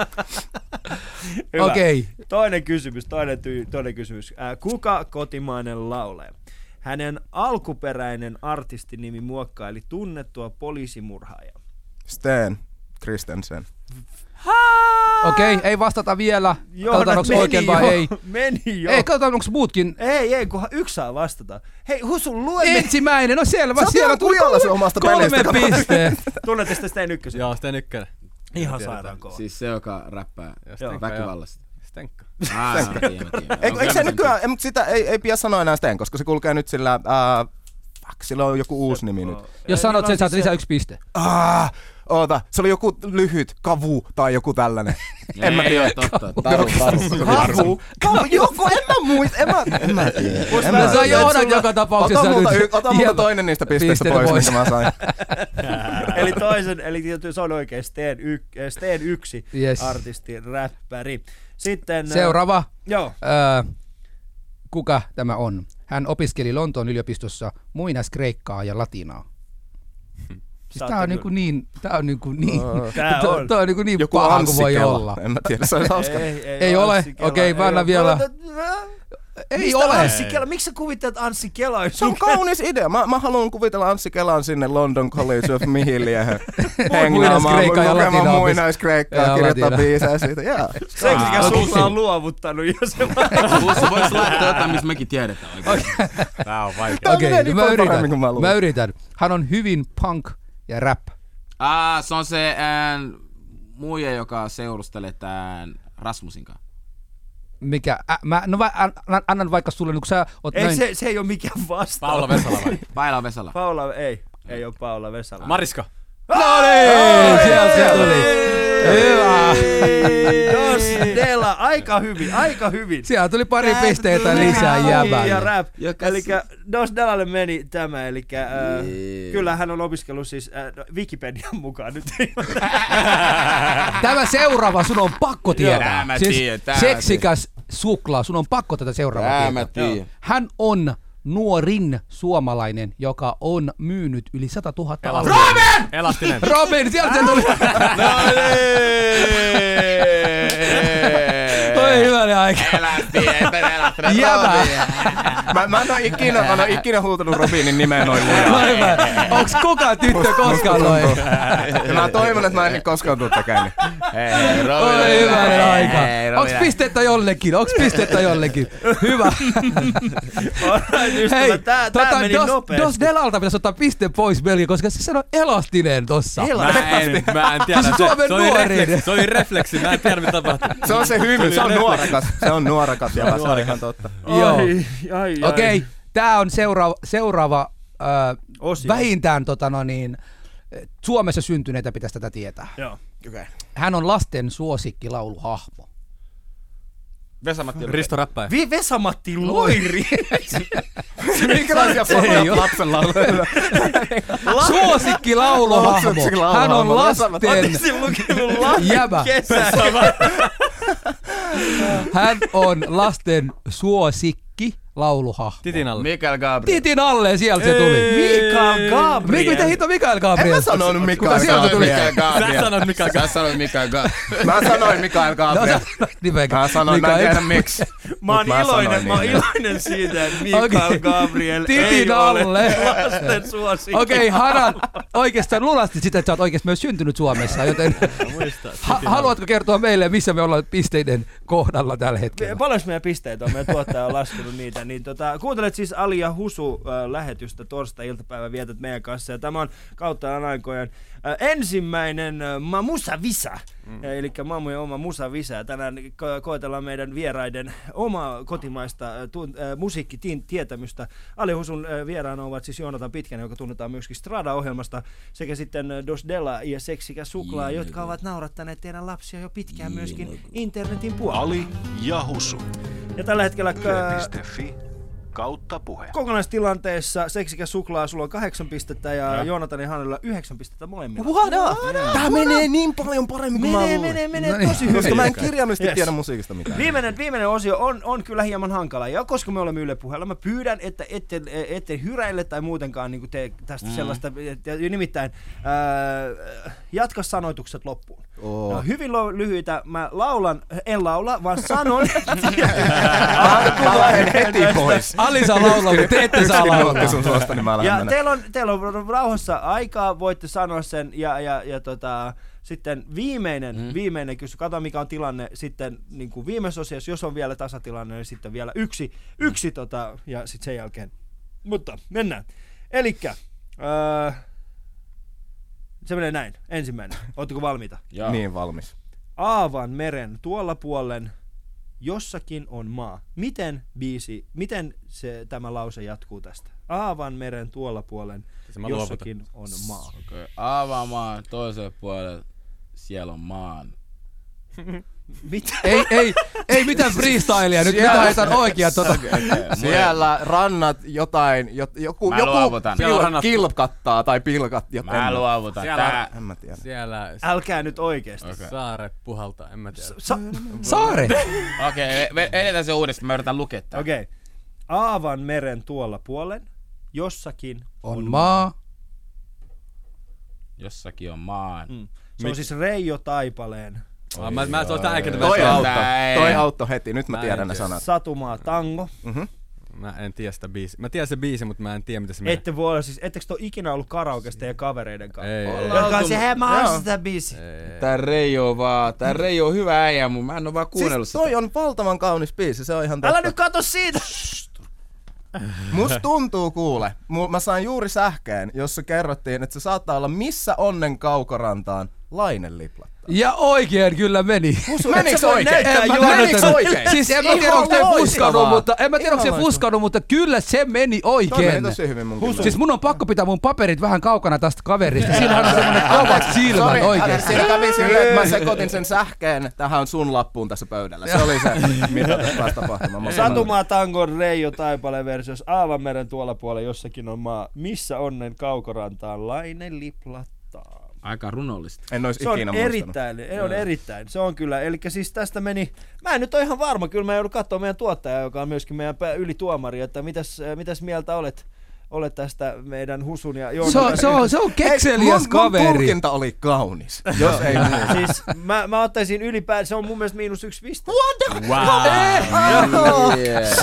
[SPEAKER 1] Hyvä.
[SPEAKER 3] Okei.
[SPEAKER 1] Toinen kysymys, toinen, tyy, toinen kysymys. Äh, kuka kotimainen laulee? Hänen alkuperäinen artistinimi muokkaili tunnettua poliisimurhaajaa.
[SPEAKER 6] Sten Kristensen.
[SPEAKER 3] Okei, ei vastata vielä. Katsotaan, onko oikein vai
[SPEAKER 1] jo.
[SPEAKER 3] ei.
[SPEAKER 1] Meni jo.
[SPEAKER 3] Ei, katsotaan, onko muutkin.
[SPEAKER 1] ei, ei, kunhan yksi saa vastata. Hei, Husu, luemme.
[SPEAKER 3] Ensimmäinen, no selvä.
[SPEAKER 6] Sä oot
[SPEAKER 3] Siellä
[SPEAKER 6] ihan
[SPEAKER 3] tuli
[SPEAKER 6] kujalla
[SPEAKER 3] kolme-
[SPEAKER 6] sun omasta
[SPEAKER 3] kolme
[SPEAKER 6] peleistä, kato.
[SPEAKER 3] pisteet.
[SPEAKER 1] Tunnette sitä Steen ykkösen?
[SPEAKER 5] Joo, Sten Ykkönen.
[SPEAKER 1] Ihan sairaan kova.
[SPEAKER 4] Siis se, joka räppää
[SPEAKER 5] Stenkka,
[SPEAKER 4] väkivallasta.
[SPEAKER 5] Stenkka.
[SPEAKER 4] Ah, mä tiedän, mä tiedän.
[SPEAKER 6] Eikö,
[SPEAKER 4] Okei,
[SPEAKER 6] eikö se
[SPEAKER 4] mä sen
[SPEAKER 6] nykyään, ei, mutta sitä ei, ei pidä sanoa enää Sten, koska se kulkee nyt sillä, ää, fuck, sillä on joku uusi nimi nyt.
[SPEAKER 3] Jos sanot sen, saat lisää yksi piste.
[SPEAKER 6] Ah, oota, se oli joku lyhyt kavu tai joku tällainen.
[SPEAKER 4] tiedän.
[SPEAKER 6] en mä
[SPEAKER 4] Ei,
[SPEAKER 6] tiedä.
[SPEAKER 4] ei, Totta, taru, taru.
[SPEAKER 6] Kavu? Kavu, joku, en mä muista, en mä, en mä tiedä. En
[SPEAKER 3] Mä
[SPEAKER 6] mä
[SPEAKER 3] saan
[SPEAKER 6] tiedä.
[SPEAKER 3] johdat joka tapauksessa
[SPEAKER 6] Ota multa,
[SPEAKER 3] nyt.
[SPEAKER 6] y- ota multa
[SPEAKER 3] Jep.
[SPEAKER 6] toinen niistä pisteistä
[SPEAKER 3] Pisteitä
[SPEAKER 6] pois,
[SPEAKER 3] pois.
[SPEAKER 6] pois, mitä mä sain.
[SPEAKER 1] eli toisen, eli se on oikein Steen, yk, eh, Steen yksi
[SPEAKER 3] Yes.
[SPEAKER 1] yes. artisti, räppäri. Sitten... äh,
[SPEAKER 3] Seuraava.
[SPEAKER 1] Joo.
[SPEAKER 3] Öö, kuka tämä on? Hän opiskeli Lontoon yliopistossa muinaiskreikkaa ja latinaa. Siis
[SPEAKER 1] Hmm. Saatte
[SPEAKER 3] tää
[SPEAKER 1] kyllä.
[SPEAKER 3] on niinku niin, tää on niinku niin,
[SPEAKER 1] Tää
[SPEAKER 3] tää on,
[SPEAKER 1] on.
[SPEAKER 3] tää on niinku niin
[SPEAKER 6] Joku
[SPEAKER 3] paha kuin voi
[SPEAKER 6] Anssikela.
[SPEAKER 3] olla.
[SPEAKER 6] En mä tiedä, se olisi hauska.
[SPEAKER 3] Ei ole.
[SPEAKER 1] Anssi Kela.
[SPEAKER 3] Okei, mä annan vielä. Ei
[SPEAKER 1] Mistä
[SPEAKER 3] ole.
[SPEAKER 1] Anssi Kela? Miksi sä kuvittelet että Anssi Kela? on
[SPEAKER 6] Se on
[SPEAKER 1] joku-
[SPEAKER 6] kaunis idea. Mä, mä haluan kuvitella Anssi Kelan sinne London College of Mihiliehen
[SPEAKER 3] muinais-
[SPEAKER 6] hengaamaan,
[SPEAKER 3] Kreikan ja
[SPEAKER 6] lukemaan
[SPEAKER 3] latinaa.
[SPEAKER 6] muinaiskreikkaa,
[SPEAKER 3] Jaa,
[SPEAKER 6] kirjoittaa
[SPEAKER 3] latinaa.
[SPEAKER 6] biisää siitä. Jaa.
[SPEAKER 1] Se, mikä
[SPEAKER 4] Ah,
[SPEAKER 1] sulta on luovuttanut. Ja se
[SPEAKER 4] Plussa voisi laittaa jotain, missä mekin tiedetään oikein.
[SPEAKER 5] Tää on vaikea.
[SPEAKER 6] Tää
[SPEAKER 3] Okei,
[SPEAKER 6] menee
[SPEAKER 3] okay,
[SPEAKER 6] niin
[SPEAKER 3] mä,
[SPEAKER 6] paljon
[SPEAKER 3] yritän.
[SPEAKER 6] paremmin kuin mä luulin.
[SPEAKER 3] mä yritän. Hän on hyvin punk ja rap.
[SPEAKER 4] Ah, se on se ään, muija, joka seurustelee tämän Rasmusin kanssa.
[SPEAKER 3] Mikä, ä, mä, no mä an, an- annan vaikka sulle, niin kun sä oot
[SPEAKER 1] ei,
[SPEAKER 3] näin.
[SPEAKER 1] se, se ei ole mikään vastaus.
[SPEAKER 5] Paula Vesala vai?
[SPEAKER 4] Paila Vesala.
[SPEAKER 1] Paula, ei. Ei ole Paula Vesala.
[SPEAKER 5] Mariska.
[SPEAKER 1] no niin!
[SPEAKER 3] sieltä se tuli. Hyvä.
[SPEAKER 1] Jos Della, aika hyvin, aika hyvin.
[SPEAKER 3] Siellä tuli pari pisteitä lisää
[SPEAKER 1] Ja
[SPEAKER 3] jäbälle.
[SPEAKER 1] rap. Eli Dos Delalle meni tämä, eli äh,
[SPEAKER 3] Niin.
[SPEAKER 1] kyllä hän on opiskellut siis äh, no, Wikipedian mukaan nyt.
[SPEAKER 3] Tämä seuraava sun on pakko tietää. Siis
[SPEAKER 4] Tää mä tiedän, tää mä
[SPEAKER 3] seksikäs suklaa, sun on pakko tätä seuraavaa
[SPEAKER 4] Tää
[SPEAKER 3] tietää.
[SPEAKER 4] mä tiedän.
[SPEAKER 3] Hän on nuorin suomalainen, joka on myynyt yli 100 000
[SPEAKER 5] Elastinen.
[SPEAKER 3] albumia.
[SPEAKER 5] Elastinen.
[SPEAKER 3] Robin, sieltä se tuli.
[SPEAKER 1] No
[SPEAKER 4] No niin!
[SPEAKER 3] Oi hyvänen aika.
[SPEAKER 7] Elä tietä, elä tietä.
[SPEAKER 3] Jäbä.
[SPEAKER 6] Mä, mä en oo ikinä, mä en oo ikinä huutanut Robinin nimeä noin lujaa.
[SPEAKER 3] No hyvä. Onks kukaan tyttö koskaan noin?
[SPEAKER 6] Ja mä toivon, että mä en koskaan tuu tekemään. niin.
[SPEAKER 7] Hei, Robin.
[SPEAKER 3] Oi hyvänen aika.
[SPEAKER 7] Hei, Robin.
[SPEAKER 3] Onks pistettä jollekin? Onks pistettä jollekin? Hyvä. tota,
[SPEAKER 1] Alright, ystävä, tää, tää meni
[SPEAKER 3] dos,
[SPEAKER 1] nopeasti.
[SPEAKER 3] dos Delalta pitäisi ottaa piste pois Belgia, koska se sanoi elastinen tossa.
[SPEAKER 1] Ela-
[SPEAKER 5] Mä en, mä en tiedä.
[SPEAKER 3] Se on Suomen
[SPEAKER 5] se, oli
[SPEAKER 3] nuorin.
[SPEAKER 5] refleksi, se oli refleksi, mä en tiedä mitä tapahtui.
[SPEAKER 6] Se on se hymy, se on nuorekas. Se on nuorekas. Se on
[SPEAKER 5] nuorekas.
[SPEAKER 6] ihan totta.
[SPEAKER 3] Joo.
[SPEAKER 1] Ai, ai, ai.
[SPEAKER 3] Okei, okay, tämä on seuraava, seuraava äh,
[SPEAKER 1] Osio.
[SPEAKER 3] vähintään tota, no niin, Suomessa syntyneitä pitäisi tätä tietää.
[SPEAKER 1] Joo.
[SPEAKER 3] Hän on lasten suosikki lauluhahmo.
[SPEAKER 6] Vesa-Matti
[SPEAKER 5] Risto Räppäin.
[SPEAKER 1] Vi- Vesa-Matti Loiri.
[SPEAKER 6] Minkälaisia
[SPEAKER 3] Ei
[SPEAKER 6] formeja
[SPEAKER 3] oo.
[SPEAKER 6] lapsen lauluilla?
[SPEAKER 3] Suosikki lauluhahmo.
[SPEAKER 6] Suosikki lauluhahmo.
[SPEAKER 3] Hän on lasten
[SPEAKER 1] Olisin siis lukenut lahja
[SPEAKER 3] Jäbä.
[SPEAKER 1] kesä.
[SPEAKER 3] Hän on lasten suosikki lauluhahmo.
[SPEAKER 5] Titinalle.
[SPEAKER 7] Mikael Gabriel.
[SPEAKER 3] Titin alle sieltä se tuli.
[SPEAKER 1] Mikael
[SPEAKER 3] Mik,
[SPEAKER 1] Gabriel.
[SPEAKER 3] mitä hito Mikael Gabriel?
[SPEAKER 6] En mä sanonut Mikael
[SPEAKER 3] Kuka sieltä tuli?
[SPEAKER 7] Mikael Gabriel.
[SPEAKER 5] Sä sanoit Mikael
[SPEAKER 7] Sä sanoit Mikael Gabriel.
[SPEAKER 6] Mä sanoin Mikael
[SPEAKER 3] No,
[SPEAKER 6] Gabriel.
[SPEAKER 3] sä sanoit nimen.
[SPEAKER 6] Mä sanoin, mä en
[SPEAKER 3] Mikael-
[SPEAKER 6] tiedä miksi.
[SPEAKER 1] Mä oon
[SPEAKER 6] Mut mä sanoin
[SPEAKER 1] iloinen, mä oon
[SPEAKER 6] niin.
[SPEAKER 1] iloinen siitä, että Mikael
[SPEAKER 3] Okei.
[SPEAKER 1] Gabriel ei
[SPEAKER 3] Titin alle.
[SPEAKER 1] ole lasten suosikki.
[SPEAKER 3] Okei, okay, Hanan, oikeastaan lunastit sitä, että sä oot oikeasti myös syntynyt Suomessa, joten ha- haluatko kertoa meille, missä me ollaan pisteiden kohdalla tällä hetkellä?
[SPEAKER 1] Paljonko meidän pisteitä on? Meidän tuottaja on laskenut niitä. Niin tota, kuuntelet siis Ali ja Husu äh, lähetystä torstai-iltapäivän vietät meidän kanssa. Ja tämä on kautta aikojen äh, ensimmäinen äh, Ma Musa Visa. Mm. Eli Mamujen oma Musa Visa. Ja Tänään ko- koetellaan meidän vieraiden omaa kotimaista äh, tun- äh, musiikkitietämystä. Ali Husun äh, vieraana ovat siis Joonatan Pitkänen, joka tunnetaan myöskin Strada-ohjelmasta, sekä sitten äh, Dos Della ja Seksikä Suklaa,
[SPEAKER 4] Jee.
[SPEAKER 1] jotka ovat naurattaneet teidän lapsia jo pitkään
[SPEAKER 4] Jee.
[SPEAKER 1] myöskin internetin puolella.
[SPEAKER 2] Ali ja Husu.
[SPEAKER 1] Ja tällä hetkellä äh,
[SPEAKER 2] Yle.fi kautta puhe.
[SPEAKER 1] kokonaistilanteessa seksikä suklaa, sulla on kahdeksan pistettä ja, ja. Joonatan ja Hannella yhdeksän pistettä molemmilla.
[SPEAKER 6] Vuoda! Tää menee niin paljon paremmin kuin mä
[SPEAKER 1] Menee,
[SPEAKER 6] luulin.
[SPEAKER 1] menee,
[SPEAKER 3] No
[SPEAKER 1] menee
[SPEAKER 3] niin.
[SPEAKER 1] tosi hyvin.
[SPEAKER 6] Koska mä en kirjaimellisesti
[SPEAKER 1] Yes. Niin.
[SPEAKER 6] tiedä musiikista mitään.
[SPEAKER 1] Viimeinen, viimeinen osio on, on kyllä hieman hankala. Ja koska me olemme Yle puheella, mä pyydän, että ette, ette hyräille tai muutenkaan niin tee tästä mm. sellaista. et- ja Nimittäin, ää, jatka sanoitukset loppuun.
[SPEAKER 6] Oo.
[SPEAKER 1] No, hyvin lo- lyhyitä. Mä laulan, en laula, vaan sanon.
[SPEAKER 6] Mä
[SPEAKER 1] Niin.
[SPEAKER 6] lähden heti
[SPEAKER 5] Niin.
[SPEAKER 6] pois.
[SPEAKER 3] Ali saa laulaa, mutta te ette saa
[SPEAKER 6] Yksi
[SPEAKER 3] laulaa.
[SPEAKER 6] minuutti sun suosta, niin mä lähden
[SPEAKER 1] Ja
[SPEAKER 6] mennä.
[SPEAKER 1] teillä on, teillä on rauhassa aikaa, voitte sanoa sen ja, ja, ja tota, sitten viimeinen, mm. viimeinen kysymys, katsotaan mikä on tilanne sitten niin kuin viimeisessä osiossa, jos on vielä tasatilanne, niin sitten vielä yksi, yksi
[SPEAKER 6] Mm.
[SPEAKER 1] tota, ja sitten sen jälkeen. Mutta mennään. Elikkä, öö, se menee näin, ensimmäinen. Ootteko valmiita?
[SPEAKER 6] Niin valmis.
[SPEAKER 1] Aavan meren tuolla puolen jossakin on maa. Miten biisi, miten se, tämä lause jatkuu tästä? Aavan meren tuolla puolen
[SPEAKER 5] Se mä luovutan.
[SPEAKER 1] jossakin on maa.
[SPEAKER 4] Okei, Avaamaan toiselle puolelle. Siellä on maan.
[SPEAKER 1] Mitä?
[SPEAKER 3] Ei, ei, ei mitään freestylea nyt, mitä haetaan oikea tota.
[SPEAKER 6] Siellä rannat jotain, jot, joku,
[SPEAKER 4] Mä
[SPEAKER 6] joku
[SPEAKER 4] luovutan.
[SPEAKER 5] Siellä on
[SPEAKER 6] pil,
[SPEAKER 5] rannat.
[SPEAKER 6] kilkattaa tai pilkat. Joten,
[SPEAKER 4] Mä luovutan.
[SPEAKER 5] Siellä on-
[SPEAKER 4] Tää,
[SPEAKER 6] En mä tiedä.
[SPEAKER 5] Siellä
[SPEAKER 1] Älkää nyt oikeesti.
[SPEAKER 4] Okei.
[SPEAKER 5] saaret puhaltaa, en mä tiedä.
[SPEAKER 1] Sa-
[SPEAKER 3] Saare.
[SPEAKER 4] Okei, okay, edetään se uudestaan. Mä yritän lukea tää.
[SPEAKER 1] Okei. Okay. Aavan meren tuolla puolen jossakin
[SPEAKER 3] On maa.
[SPEAKER 4] Jossakin on maan. Mm.
[SPEAKER 1] Se on siis Reijo Taipaleen
[SPEAKER 5] Oi, mä, mä, se on tää äkkiä,
[SPEAKER 6] Toi
[SPEAKER 5] mä,
[SPEAKER 6] auttoi.
[SPEAKER 7] Näin.
[SPEAKER 6] Toi auttoi heti. Nyt mä
[SPEAKER 5] Näin
[SPEAKER 6] tiedän ne
[SPEAKER 5] se.
[SPEAKER 6] sanat.
[SPEAKER 1] Satumaa tango.
[SPEAKER 5] Mm. mä en tiedä sitä biisi. Mä tiedän se biisi, mutta mä en tiedä, mitä se menee.
[SPEAKER 1] Ette voi olla, siis, ettekö te ole ikinä ollut karaokesta ja kavereiden kanssa?
[SPEAKER 5] Ei, ei,
[SPEAKER 1] Joka on
[SPEAKER 4] oltu-
[SPEAKER 1] se, hei mä oon sitä biisi.
[SPEAKER 4] Tää Reijo on vaan, tää Reijo on hyvä äijä, mun mä en oo vaan kuunnellut
[SPEAKER 6] Siis
[SPEAKER 4] sitä.
[SPEAKER 6] toi on valtavan kaunis biisi, se on ihan totta.
[SPEAKER 1] Älä nyt kato siitä!
[SPEAKER 6] Musta tuntuu kuule, mu- mä sain juuri sähkeen, jossa kerrottiin, että se saattaa olla missä onnen kaukorantaan lainen liplattaa.
[SPEAKER 3] Ja oikein kyllä meni.
[SPEAKER 6] Menikö
[SPEAKER 3] Sä voit
[SPEAKER 6] oikein?
[SPEAKER 3] näyttää
[SPEAKER 6] En mä-
[SPEAKER 3] juonetta.
[SPEAKER 6] menikö oikein?
[SPEAKER 3] Siis en mä tiedä,
[SPEAKER 6] Ihan
[SPEAKER 3] onko se
[SPEAKER 6] loistavaa.
[SPEAKER 3] fuskannut, mutta, en mä tiedä, onko se
[SPEAKER 6] Ihan loistavaa.
[SPEAKER 3] fuskannut, mutta kyllä se meni
[SPEAKER 6] Toi meni
[SPEAKER 3] oikein.
[SPEAKER 6] tosi hyvin mun kyllä.
[SPEAKER 3] Siis mun on pakko pitää mun paperit vähän kaukana tästä kaverista. Siinä on semmonen kovat silmät
[SPEAKER 6] Sori, anteeksi,
[SPEAKER 3] oikeesti.
[SPEAKER 6] Siinä kävi silleen, että mä sekoitin sen sähkeen tähän sun lappuun tässä pöydällä. Se oli se, mitä tässä tapahtui.
[SPEAKER 1] Satumaa tangon Reijo Taipale versus Aavanmeren tuolla puolella jossakin on maa. Missä onnen kaukorantaan lainen liplattaa?
[SPEAKER 4] Aika runollista.
[SPEAKER 6] En ois
[SPEAKER 1] Se on
[SPEAKER 6] ikinä muistanut.
[SPEAKER 1] erittäin, ei, on erittäin, se on kyllä. Eli siis tästä meni, mä en nyt ole ihan varma, kyllä mä joudun katsoa meidän tuottajaa, joka on myöskin meidän pää- ylituomari, että mitäs, äh, mitäs mieltä olet, olet tästä meidän Husun ja Joona.
[SPEAKER 3] Se on, se on, se on kekseliäs
[SPEAKER 6] mun, mun
[SPEAKER 3] kaveri.
[SPEAKER 6] tulkinta oli kaunis, jos ei muuta.
[SPEAKER 1] Siis mä, mä ottaisin ylipäätään, se on mun mielestä miinus yksi piste.
[SPEAKER 5] Wow.
[SPEAKER 1] Shit,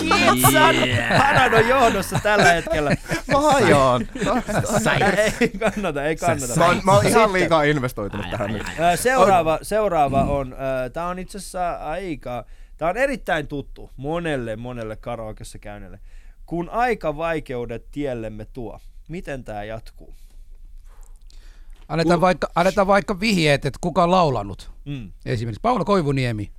[SPEAKER 1] son! Hanan on johdossa tällä hetkellä.
[SPEAKER 6] Mä hajoon.
[SPEAKER 1] Ei kannata, ei kannata.
[SPEAKER 6] Mä oon, mä oon ihan liikaa investoitunut tähän nyt.
[SPEAKER 1] Ö, Seuraava, seuraava on, tämä on itse asiassa aika, tämä on erittäin tuttu monelle, monelle karaokeissa käyneelle. Kun aika vaikeudet tiellemme tuo, miten tämä jatkuu?
[SPEAKER 3] Annetaan vaikka, annetaan vaikka vihjeet, että kuka on laulanut.
[SPEAKER 1] Mm.
[SPEAKER 3] Esimerkiksi Paula Koivuniemi.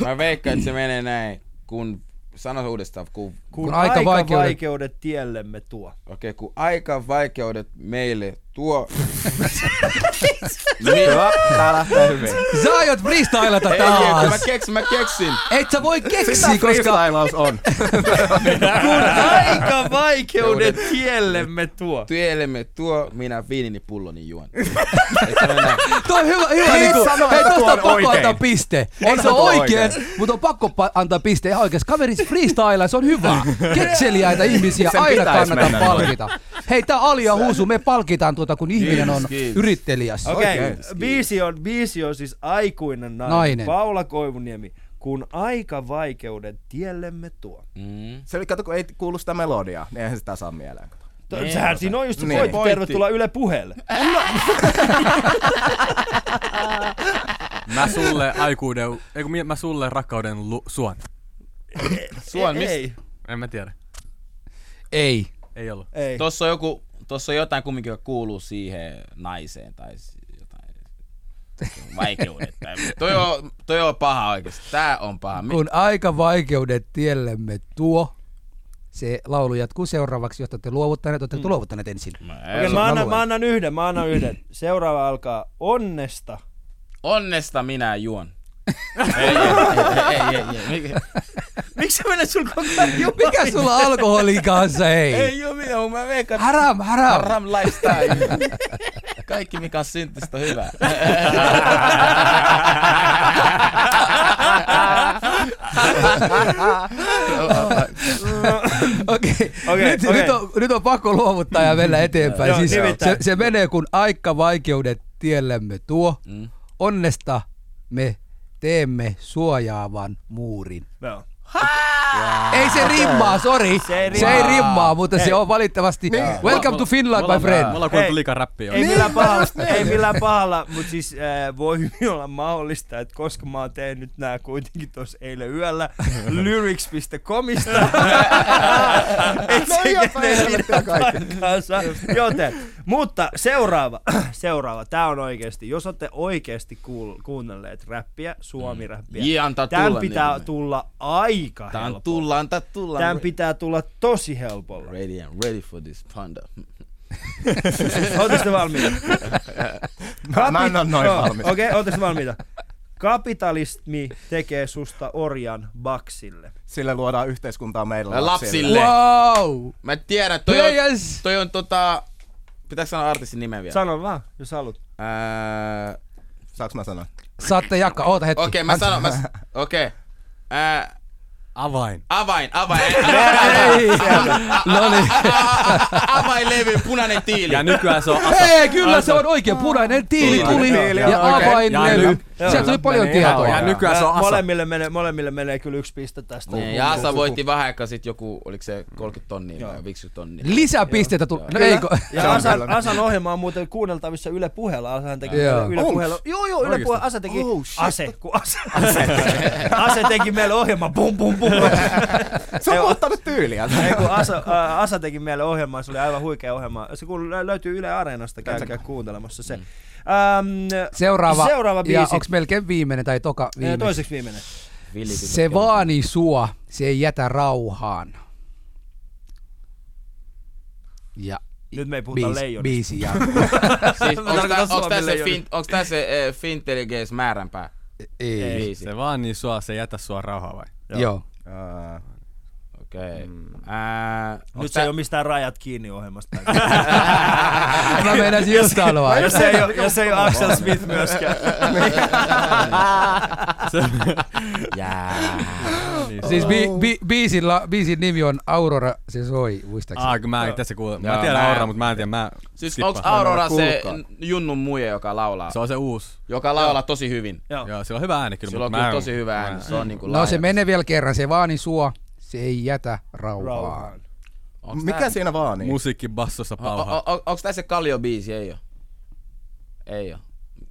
[SPEAKER 4] Mä veikkaan, että se menee näin, kun sano uudestaan, kun
[SPEAKER 1] Kun,
[SPEAKER 3] Kun
[SPEAKER 1] aika,
[SPEAKER 3] aika
[SPEAKER 1] aika vaikeudet...
[SPEAKER 3] vaikeudet-
[SPEAKER 1] vaikeudet tiellemme tuo.
[SPEAKER 4] Okei, kun aika vaikeudet meille tuo...
[SPEAKER 6] Hyvä, tää lähtee hyvin.
[SPEAKER 3] Sä aiot freestylata
[SPEAKER 4] Ei, ei, kun mä
[SPEAKER 3] taas.
[SPEAKER 4] keksin, mä keksin.
[SPEAKER 3] Et sä
[SPEAKER 6] Siis
[SPEAKER 3] voi keksiä,
[SPEAKER 6] Mitä
[SPEAKER 3] koska...
[SPEAKER 6] freestylaus on?
[SPEAKER 1] Kun aika vaikeudet tiellemme tuo.
[SPEAKER 4] Työlemme tuo, minä viinini pulloni juon.
[SPEAKER 3] Toi on hyvä, hyvä
[SPEAKER 6] Ei
[SPEAKER 3] niinku,
[SPEAKER 6] sano,
[SPEAKER 3] hei
[SPEAKER 6] että
[SPEAKER 3] tosta on
[SPEAKER 6] tuo on
[SPEAKER 3] pakko
[SPEAKER 6] oikein.
[SPEAKER 3] antaa piste. Ei se
[SPEAKER 6] Onhan
[SPEAKER 3] on
[SPEAKER 6] tuo
[SPEAKER 3] oikein,
[SPEAKER 6] oikein.
[SPEAKER 3] mutta on pakko pa- antaa piste ihan oikein. Kaverit freestyle, se on hyvä. Kekseliäitä ihmisiä
[SPEAKER 6] Sen
[SPEAKER 3] aina
[SPEAKER 6] pitäis
[SPEAKER 3] kannattaa
[SPEAKER 6] mennä
[SPEAKER 3] palkita. Hei tää Ali ja Huusu, me palkitaan tuota kun ihminen on
[SPEAKER 4] kiitos.
[SPEAKER 3] yrittelijäs.
[SPEAKER 1] Okei, okay.
[SPEAKER 6] Oikein.
[SPEAKER 1] biisi, on, biisi on siis aikuinen nainen.
[SPEAKER 3] Nainen.
[SPEAKER 1] Paula Koivuniemi. Kun aika vaikeudet tiellemme tuo.
[SPEAKER 4] Mm.
[SPEAKER 6] Se oli, kato, kun ei kuulu sitä melodiaa, niin eihän sitä saa mieleen.
[SPEAKER 1] To, sehän siinä on just no se
[SPEAKER 6] Niin.
[SPEAKER 1] pointti.
[SPEAKER 4] Pointti.
[SPEAKER 1] Tervetuloa Yle puheelle.
[SPEAKER 5] Mä sulle aikuuden, ei kun mie- mä sulle rakkauden lu- suon.
[SPEAKER 4] Suon, mistä?
[SPEAKER 1] Ei,
[SPEAKER 5] En mä tiedä.
[SPEAKER 3] Ei.
[SPEAKER 5] Ei ollut.
[SPEAKER 1] ei.
[SPEAKER 4] Tossa on joku, tossa on jotain kumminkin, joka kuuluu siihen naiseen tai s- jotain vaikeudet. tai- toi, on, toi on paha oikeesti. Tää on paha. Mi-
[SPEAKER 3] Kun aika vaikeudet tiellemme tuo, se laulu jatkuu seuraavaksi, jotta te luovuttaneet, olette mm. luovuttaneet ensin.
[SPEAKER 1] Okei,
[SPEAKER 3] Mä
[SPEAKER 1] mä, annan,
[SPEAKER 3] luen.
[SPEAKER 1] mä annan yhden, mä annan yhden. Seuraava alkaa onnesta.
[SPEAKER 4] Onnesta minä juon. ei, ei, ei, ei, ei, ei. Mikä-
[SPEAKER 1] Miksi sä menet sun koko ajan jumiin?
[SPEAKER 3] Mikä sulla alkoholin kanssa, ei?
[SPEAKER 4] Ei oo mitään, kun mä veikkaan.
[SPEAKER 3] Haram, haram.
[SPEAKER 4] Haram lifestyle. Kaikki mikä on synttistä on hyvä.
[SPEAKER 3] Okei,
[SPEAKER 1] Okei,
[SPEAKER 3] nyt,
[SPEAKER 1] okei. Mm.
[SPEAKER 3] Nyt, on, nyt on pakko luovuttaa ja mennä eteenpäin.
[SPEAKER 1] Joo,
[SPEAKER 3] siis se,
[SPEAKER 1] nimittäin.
[SPEAKER 3] se menee, kun aika vaikeudet tiellemme tuo.
[SPEAKER 4] Mm.
[SPEAKER 3] Onnesta me teemme suojaavan muurin.
[SPEAKER 1] Joo.
[SPEAKER 3] Ei se rimmaa, sori.
[SPEAKER 1] Ah. Se ei
[SPEAKER 3] se ei
[SPEAKER 1] rimmaa.
[SPEAKER 3] rimmaa, mutta
[SPEAKER 1] Ei. Niin.
[SPEAKER 3] se on valitettavasti. Welcome to Finland, my friend.
[SPEAKER 5] Mulla on
[SPEAKER 1] Ei.
[SPEAKER 5] kuultu liikaa räppiä.
[SPEAKER 1] Ei millään pahalla, ei millään pahalla mutta siis äh, voi hyvin olla mahdollista, että koska mä oon tehnyt nämä kuitenkin tuossa eilen yöllä lyrics.comista, et
[SPEAKER 6] No
[SPEAKER 1] se
[SPEAKER 6] ihan päin
[SPEAKER 1] kene
[SPEAKER 6] helvettiä
[SPEAKER 1] pidä
[SPEAKER 6] kaikki.
[SPEAKER 1] paikkaansa. Joten, mutta seuraava, seuraava, tää on oikeesti, jos olette oikeesti kuul- kuunnelleet räppiä, suomi-räppiä,
[SPEAKER 4] Jee, Mm. antaa
[SPEAKER 1] tämän
[SPEAKER 4] tulla
[SPEAKER 1] pitää
[SPEAKER 4] niin.
[SPEAKER 1] tulla aika
[SPEAKER 4] Tää on
[SPEAKER 1] helpolla.
[SPEAKER 4] tulla, antaa tulla.
[SPEAKER 1] Tämän pitää tulla tosi helpolla.
[SPEAKER 4] Ready, I'm ready for this panda.
[SPEAKER 1] Ootteko te valmiita?
[SPEAKER 6] Mä en oo noin
[SPEAKER 1] Joo,
[SPEAKER 6] valmis.
[SPEAKER 1] Okei, okay, ootteko te valmiita? Kapitalismi tekee susta orjan baksille.
[SPEAKER 6] Sille luodaan yhteiskuntaa meillä
[SPEAKER 4] Lapsille.
[SPEAKER 3] Wow!
[SPEAKER 4] Mä tiedän, toi on,
[SPEAKER 3] Players.
[SPEAKER 4] toi on tota... Pitääkö sanoa artistin nimen vielä? Äh,
[SPEAKER 1] Sano vaan, jos haluat.
[SPEAKER 4] Ää,
[SPEAKER 6] Saaks mä sanoa?
[SPEAKER 3] Saatte jakaa, oota hetki.
[SPEAKER 4] Okei, mä sanon, mä, s- okei. Ää,
[SPEAKER 5] Avain.
[SPEAKER 4] Äh, Avain, avain. Ei, no niin. Avainlevy, punainen tiili.
[SPEAKER 5] Ja nykyään se on asa.
[SPEAKER 3] Hei, kyllä se on oikein punainen tiili
[SPEAKER 6] Punainen
[SPEAKER 3] tuli
[SPEAKER 6] tiili on
[SPEAKER 3] ja
[SPEAKER 6] oikein.
[SPEAKER 5] Ja
[SPEAKER 3] avainlevy.
[SPEAKER 5] nyt-
[SPEAKER 3] Sieltä tuli paljon
[SPEAKER 6] Meni ihan
[SPEAKER 3] tietoa.
[SPEAKER 5] Ja nykyään se on asa.
[SPEAKER 1] molemmille, menee, molemmille menee kyllä yksi piste tästä.
[SPEAKER 4] Niin, ja Asa voitti vähän aikaa sit joku, oliko se 30 tonnia vai 50 tonnia.
[SPEAKER 3] Lisäpisteitä tuli. No
[SPEAKER 1] Kyllä.
[SPEAKER 3] eikö?
[SPEAKER 1] Ja Asan, Asan ohjelma on muuten kuunneltavissa Yle Puheella. Asahan teki
[SPEAKER 3] Joo.
[SPEAKER 1] Yle
[SPEAKER 6] Onks?
[SPEAKER 1] Puheella. Joo, joo, Yle
[SPEAKER 5] Oikeesti?
[SPEAKER 1] Puheella. Asa teki ase, kun ase. ase. ase teki meille ohjelman. Bum, bum, bum.
[SPEAKER 6] Se
[SPEAKER 1] Ei,
[SPEAKER 6] on muuttanut tyyliä.
[SPEAKER 1] Ei, kun Asa, ä, Asa teki meille ohjelmaa, se oli aivan huikea ohjelma. Se kun lö- löytyy Yle Areenasta, käykää kuuntelemassa se. Ähm,
[SPEAKER 3] Mm. Seuraava,
[SPEAKER 1] Seuraava biisi.
[SPEAKER 3] ja onks melkein viimeinen tai toka
[SPEAKER 1] Viimeinen.
[SPEAKER 3] viimeinen?
[SPEAKER 1] Toiseksi viimeinen.
[SPEAKER 4] Villitytöt
[SPEAKER 3] Se
[SPEAKER 4] ja-
[SPEAKER 3] vaani sua, se ei jätä rauhaan. Ja
[SPEAKER 1] Nyt me ei puhuta
[SPEAKER 3] biisi,
[SPEAKER 1] leijonista.
[SPEAKER 3] biisi ja,
[SPEAKER 4] Siis, onks
[SPEAKER 1] Tarkoitan
[SPEAKER 4] tää- onks
[SPEAKER 1] Suomen
[SPEAKER 4] tää se,
[SPEAKER 1] leijonista.
[SPEAKER 4] fin, onks tää se uh, Fintelligens määränpää?
[SPEAKER 3] ei,
[SPEAKER 4] Biisi.
[SPEAKER 5] Se vaan niin sua, se ei jätä sua rauhaa vai?
[SPEAKER 3] joo.
[SPEAKER 4] Okei.
[SPEAKER 5] Mm.
[SPEAKER 4] Ää,
[SPEAKER 1] Nyt
[SPEAKER 4] onks
[SPEAKER 1] se ei
[SPEAKER 4] tää-
[SPEAKER 1] ole mistään rajat kiinni ohjelmasta.
[SPEAKER 3] Mä meinasin just sanoa.
[SPEAKER 1] jos, ei ole, jos ei ole Axel Smith myöskään.
[SPEAKER 5] Niin
[SPEAKER 4] Jää.
[SPEAKER 3] Siis bi, bi, biisin, la, biisin nimi on Aurora, se soi, muistaakseni.
[SPEAKER 5] Ah, kun mä en tässä kuule. Mä
[SPEAKER 4] Joo,
[SPEAKER 5] tiedän
[SPEAKER 4] mä-
[SPEAKER 5] Aura, mutta mä en tiedä. Mä
[SPEAKER 4] Siis
[SPEAKER 5] skippaan.
[SPEAKER 4] onks Aurora se
[SPEAKER 6] kuullutkaan.
[SPEAKER 4] Junnun muija, joka laulaa?
[SPEAKER 5] Se on se uusi.
[SPEAKER 4] Joka laulaa tosi hyvin.
[SPEAKER 1] Joo.
[SPEAKER 5] Joo, sillä on hyvä ääni kyllä.
[SPEAKER 4] Sillä on
[SPEAKER 5] mut
[SPEAKER 4] kyllä
[SPEAKER 5] mä en-
[SPEAKER 4] tosi hyvä
[SPEAKER 5] mä en-
[SPEAKER 4] ääni. Se on niinku
[SPEAKER 3] no se
[SPEAKER 4] laaja.
[SPEAKER 3] menee vielä kerran, se vaani sua, se ei jätä rauhaan.
[SPEAKER 1] Rauhaan.
[SPEAKER 4] Onks
[SPEAKER 6] Mikä
[SPEAKER 4] tää-
[SPEAKER 6] siinä vaan niin?
[SPEAKER 5] Musiikki bassossa
[SPEAKER 4] O-
[SPEAKER 5] pauhaa.
[SPEAKER 4] o- o- Onks tää se Kallio-biisi? Ei oo. Ei oo.